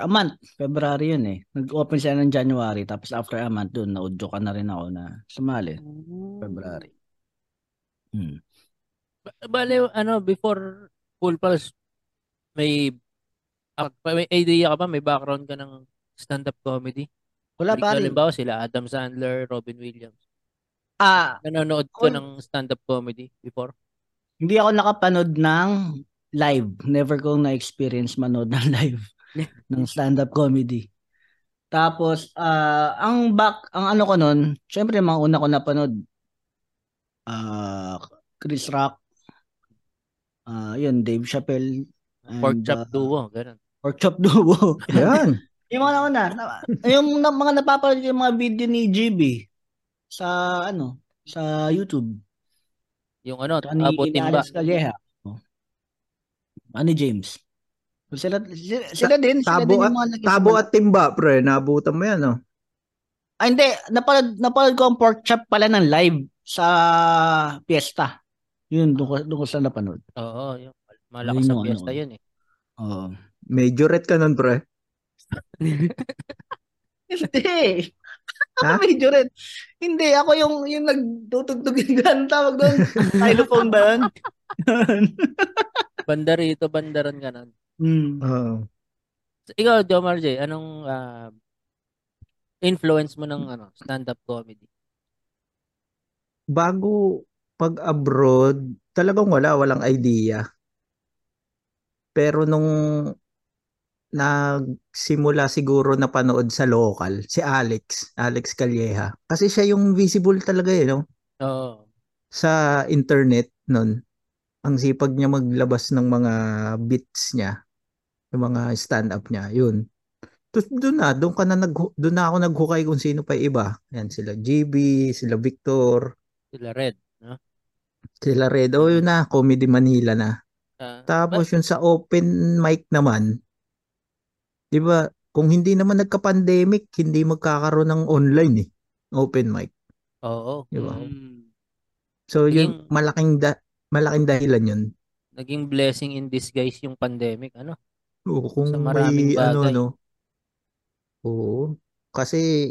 [SPEAKER 4] a month. February yun eh. Nag-open sila ng January. Tapos after a month doon, naudyo ka na rin ako na sumali. February.
[SPEAKER 2] *laughs*
[SPEAKER 4] Hmm.
[SPEAKER 1] Ba- Bale, ano, before Cool Pals, may, ah, pa- may idea ka ba? May background ka ng stand-up comedy?
[SPEAKER 4] Wala
[SPEAKER 1] Like,
[SPEAKER 4] pa rin.
[SPEAKER 1] Halimbawa sila, Adam Sandler, Robin Williams.
[SPEAKER 4] Ah,
[SPEAKER 1] Nanonood ko
[SPEAKER 4] Cool.
[SPEAKER 1] ng stand-up comedy before.
[SPEAKER 4] Hindi ako nakapanood ng live. Never kong na-experience manood ng *laughs* live ng stand-up comedy. Tapos, ah, ang back, ang ano ko nun, syempre, mga una ko napanood, ah, Chris Rock, ah, yun, Dave Chappelle, and,
[SPEAKER 1] Pork Chop
[SPEAKER 4] ah,
[SPEAKER 1] Duo, ganun.
[SPEAKER 4] Pork Chop Duo. *laughs*
[SPEAKER 3] Yan.
[SPEAKER 4] Yung mga nauna, na- yung na- mga napapanood yung mga video ni GB sa ano, sa YouTube.
[SPEAKER 1] Yung ano,
[SPEAKER 4] Ito ni
[SPEAKER 1] abutin ba?
[SPEAKER 4] Alex Calleja. Oh. Ano James? So, Sila, sila, sila din. Sila
[SPEAKER 3] Tabo
[SPEAKER 4] din
[SPEAKER 3] at-
[SPEAKER 4] yung mga nag
[SPEAKER 3] *laughs* Tabo at timba, pre. Naabutan mo yan, oh.
[SPEAKER 4] Ah, hindi. Napalad, napalad ko ang pork chop pala ng live sa piyesta. Yun, doon ko, doon ko sila napanood.
[SPEAKER 1] Oo, yung malakas sa
[SPEAKER 4] Ayun yung ano,
[SPEAKER 1] piyesta
[SPEAKER 4] ano.
[SPEAKER 1] yun eh.
[SPEAKER 4] Oo.
[SPEAKER 3] Majorette ka nun, pre.
[SPEAKER 4] *laughs* Hindi.
[SPEAKER 3] Ha?
[SPEAKER 4] Ako medyo rin. Hindi, ako yung, yung nagtutugtog yung ganta. Wag *laughs* doon. Xylophone ba *laughs* yun?
[SPEAKER 1] Banda rito, bandaran ka nun.
[SPEAKER 4] Hmm.
[SPEAKER 3] Oo.
[SPEAKER 1] So, Ikaw, Jomar J, anong ah, influence mo ng ano, stand-up comedy?
[SPEAKER 3] bago pag-abroad, talagang wala, walang idea. Pero nung nagsimula siguro na panood sa local, si Alex, Alex Calleja. Kasi siya yung visible talaga eh, no?
[SPEAKER 1] Oo.
[SPEAKER 3] Sa internet nun. Ang sipag niya maglabas ng mga bits niya, yung mga stand-up niya, yun. Tapos doon na, doon ka na nag, doon na ako naghukay kung sino pa yung iba. Yan sila GB, sila Victor,
[SPEAKER 1] sila Red. No?
[SPEAKER 3] sila Red, oh yun na, Comedy Manila na.
[SPEAKER 1] Ah,
[SPEAKER 3] Tapos yun sa open mic naman, di ba, kung hindi naman nagka-pandemic, hindi magkakaroon ng online eh, open mic.
[SPEAKER 1] ba- oo.
[SPEAKER 3] Di ba?
[SPEAKER 4] Hmm.
[SPEAKER 1] Mm.
[SPEAKER 3] So yun,
[SPEAKER 1] Naging-
[SPEAKER 3] malaking, da- malaking dahilan yun.
[SPEAKER 1] Naging blessing in disguise yung pandemic. Ano?
[SPEAKER 3] Oo, kung
[SPEAKER 1] Sa maraming
[SPEAKER 3] may ano,
[SPEAKER 1] bagay.
[SPEAKER 3] ano. Oo. Kasi,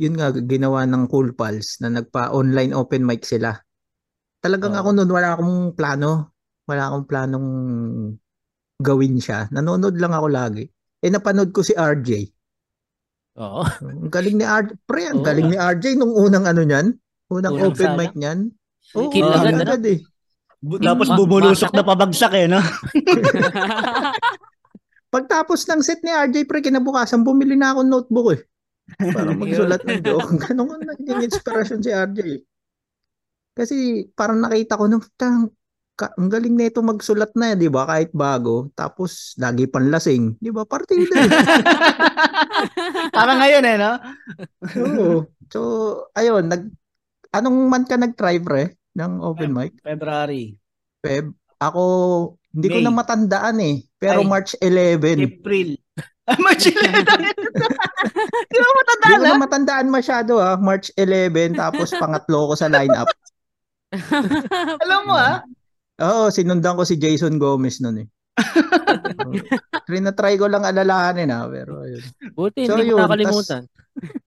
[SPEAKER 3] yun nga, ginawa ng Cool Pals na nagpa-online open mic sila. Talagang
[SPEAKER 1] Oo.
[SPEAKER 3] ako noon, wala akong plano. Wala akong planong gawin siya. Nanonood lang ako lagi. Eh, napanood ko si RJ.
[SPEAKER 1] Oo.
[SPEAKER 3] Ang galing ni RJ. Pre, ang
[SPEAKER 1] Oo.
[SPEAKER 3] galing ni RJ nung unang ano niyan. Unang
[SPEAKER 1] Unang
[SPEAKER 3] open
[SPEAKER 1] sala.
[SPEAKER 3] mic niyan. Oo,
[SPEAKER 1] Kill
[SPEAKER 3] kill
[SPEAKER 1] agad, ano?
[SPEAKER 3] agad eh.
[SPEAKER 4] Bu-
[SPEAKER 1] Yung
[SPEAKER 4] Tapos
[SPEAKER 1] ma-
[SPEAKER 4] bumulusok
[SPEAKER 1] masakit.
[SPEAKER 4] na pabagsak eh, no?
[SPEAKER 3] Pagtapos ng set ni RJ, pre, kinabukasan, bumili na akong notebook
[SPEAKER 4] *laughs*
[SPEAKER 3] eh. Para magsulat ng joke. *laughs* Ganun ko naging inspiration si RJ. Kasi parang nakita ko nung, tang, ka- ang galing nito magsulat na, eh, di ba? Kahit bago. Tapos, lagi panlasing. Di ba? Partida eh.
[SPEAKER 4] *laughs* Parang ngayon eh, no?
[SPEAKER 3] Oo. So, ayun. Nag, anong month ka nag-try, pre? ng open mic?
[SPEAKER 4] February.
[SPEAKER 3] Feb? Ako, hindi ko
[SPEAKER 4] May.
[SPEAKER 3] na matandaan eh. Pero
[SPEAKER 4] Ay.
[SPEAKER 3] March 11.
[SPEAKER 4] April. Ah, March 11. Di ba
[SPEAKER 3] Hindi ko
[SPEAKER 4] matandaan?
[SPEAKER 3] na matandaan masyado ah. March 11,
[SPEAKER 4] *laughs*
[SPEAKER 3] tapos pangatlo ko sa lineup.
[SPEAKER 4] Alam mo ah.
[SPEAKER 3] Oo, sinundan ko si Jason
[SPEAKER 4] *laughs*
[SPEAKER 3] Gomez noon eh. Trinatry ko lang alalahanin ah, pero ayun.
[SPEAKER 1] Buti,
[SPEAKER 3] So,
[SPEAKER 1] hindi
[SPEAKER 3] yun,
[SPEAKER 1] mo
[SPEAKER 3] tas-
[SPEAKER 1] nakalimutan.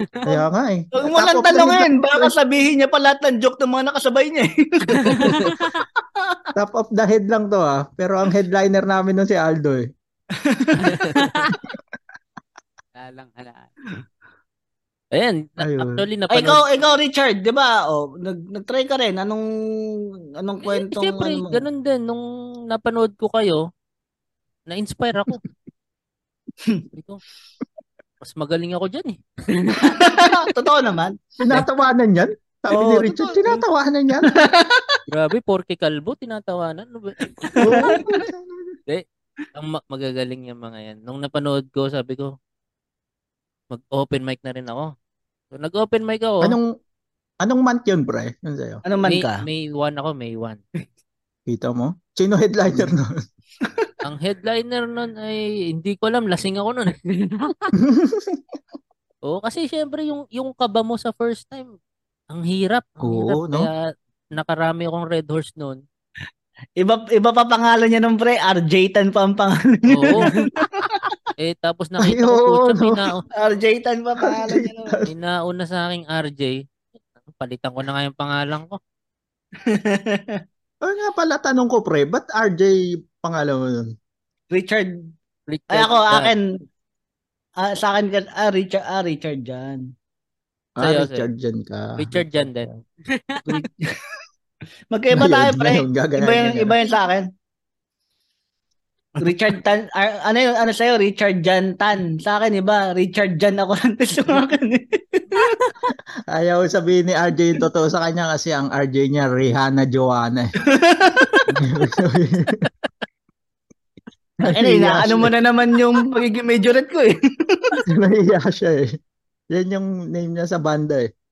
[SPEAKER 3] Kaya nga eh.
[SPEAKER 4] Huwag mo lang
[SPEAKER 3] Tapos,
[SPEAKER 4] tanongin. Baka sabihin niya pa lahat ng joke ng mga nakasabay niya eh.
[SPEAKER 3] Top of the head lang to ah. Pero ang headliner namin nun si Aldo eh.
[SPEAKER 2] Lalang alaan.
[SPEAKER 1] Ayan, na-
[SPEAKER 3] Ayun.
[SPEAKER 1] actually,
[SPEAKER 4] Ay,
[SPEAKER 1] napanood.
[SPEAKER 4] ikaw, ikaw Richard, di ba? O, nag, nag-try ka rin. Anong, anong kwentong,
[SPEAKER 1] Eh, Siyempre,
[SPEAKER 4] ano mo?
[SPEAKER 1] ganun din. Nung napanood ko kayo, na-inspire
[SPEAKER 4] *laughs*
[SPEAKER 1] ako. Sabi ko, Mas magaling ako dyan eh.
[SPEAKER 4] Totoo naman.
[SPEAKER 3] Tinatawanan yan? Sabi
[SPEAKER 4] Oo,
[SPEAKER 3] ni Richard,
[SPEAKER 4] totoo.
[SPEAKER 3] tinatawanan
[SPEAKER 4] *laughs*
[SPEAKER 3] yan?
[SPEAKER 1] Grabe, porke kalbo, tinatawanan. Ano ba? Ang ma- magagaling yung mga yan. Nung napanood ko, sabi ko, mag-open mic na rin ako. So, nag-open mic ako.
[SPEAKER 3] *laughs* Anong, anong month yun, pre? Yun sa'yo.
[SPEAKER 4] Ano man
[SPEAKER 1] May,
[SPEAKER 4] ka?
[SPEAKER 1] May 1 ako, May 1.
[SPEAKER 3] Kita mo? Sino headliner
[SPEAKER 4] Hmm.
[SPEAKER 3] nun? *laughs*
[SPEAKER 1] Ang headliner nun ay, hindi ko alam, lasing ako
[SPEAKER 3] *laughs*
[SPEAKER 1] nun. Oo, kasi syempre yung yung kaba mo sa first time, ang hirap, ang hirap.
[SPEAKER 3] Oo, no?
[SPEAKER 1] Kaya nakarami akong Red Horse
[SPEAKER 3] *laughs*
[SPEAKER 1] noon.
[SPEAKER 4] Iba, iba pa pangalan niya ng pre. RJ Tan pa ang pangalan niya. *laughs*
[SPEAKER 1] Oo. eh tapos nakita
[SPEAKER 3] Ay,
[SPEAKER 1] ko
[SPEAKER 3] oo,
[SPEAKER 1] putya,
[SPEAKER 3] no?
[SPEAKER 1] may nao-
[SPEAKER 4] RJ Tan pa pangalan
[SPEAKER 1] *laughs*
[SPEAKER 4] niya. ng-
[SPEAKER 1] may nauna sa aking RJ. Palitan ko na nga yung pangalan ko.
[SPEAKER 3] Ano nga pala tanong ko, pre? Ba't RJ pangalan mo nun?
[SPEAKER 4] Richard.
[SPEAKER 1] Richard
[SPEAKER 4] Ay, ako,
[SPEAKER 1] Jan.
[SPEAKER 4] akin. Ah, sa akin, ka- ah, Richard, ah, Richard Jan.
[SPEAKER 3] Ah,
[SPEAKER 1] Sa'yo,
[SPEAKER 3] Richard dyan ka.
[SPEAKER 1] Richard Jan din.
[SPEAKER 4] Magkaiba tayo,
[SPEAKER 3] Ngayon,
[SPEAKER 4] pre.
[SPEAKER 3] ngayon,
[SPEAKER 4] Iba
[SPEAKER 3] gagayahin
[SPEAKER 4] yun,
[SPEAKER 3] ka na.
[SPEAKER 4] iba yun sa akin. Richard Tan, ah, ano yun, ano sa'yo, Richard Jan Tan. Sa akin, iba, Richard Jan ako *laughs* lang sa akin. eh.
[SPEAKER 3] Ayaw sabihin ni RJ yung totoo sa kanya kasi ang RJ niya, Rihanna Joanna. eh.
[SPEAKER 4] Ano yun, ano mo na naman yung magiging majorette ko eh.
[SPEAKER 3] Nahiya siya eh. Yan yung name niya sa banda eh.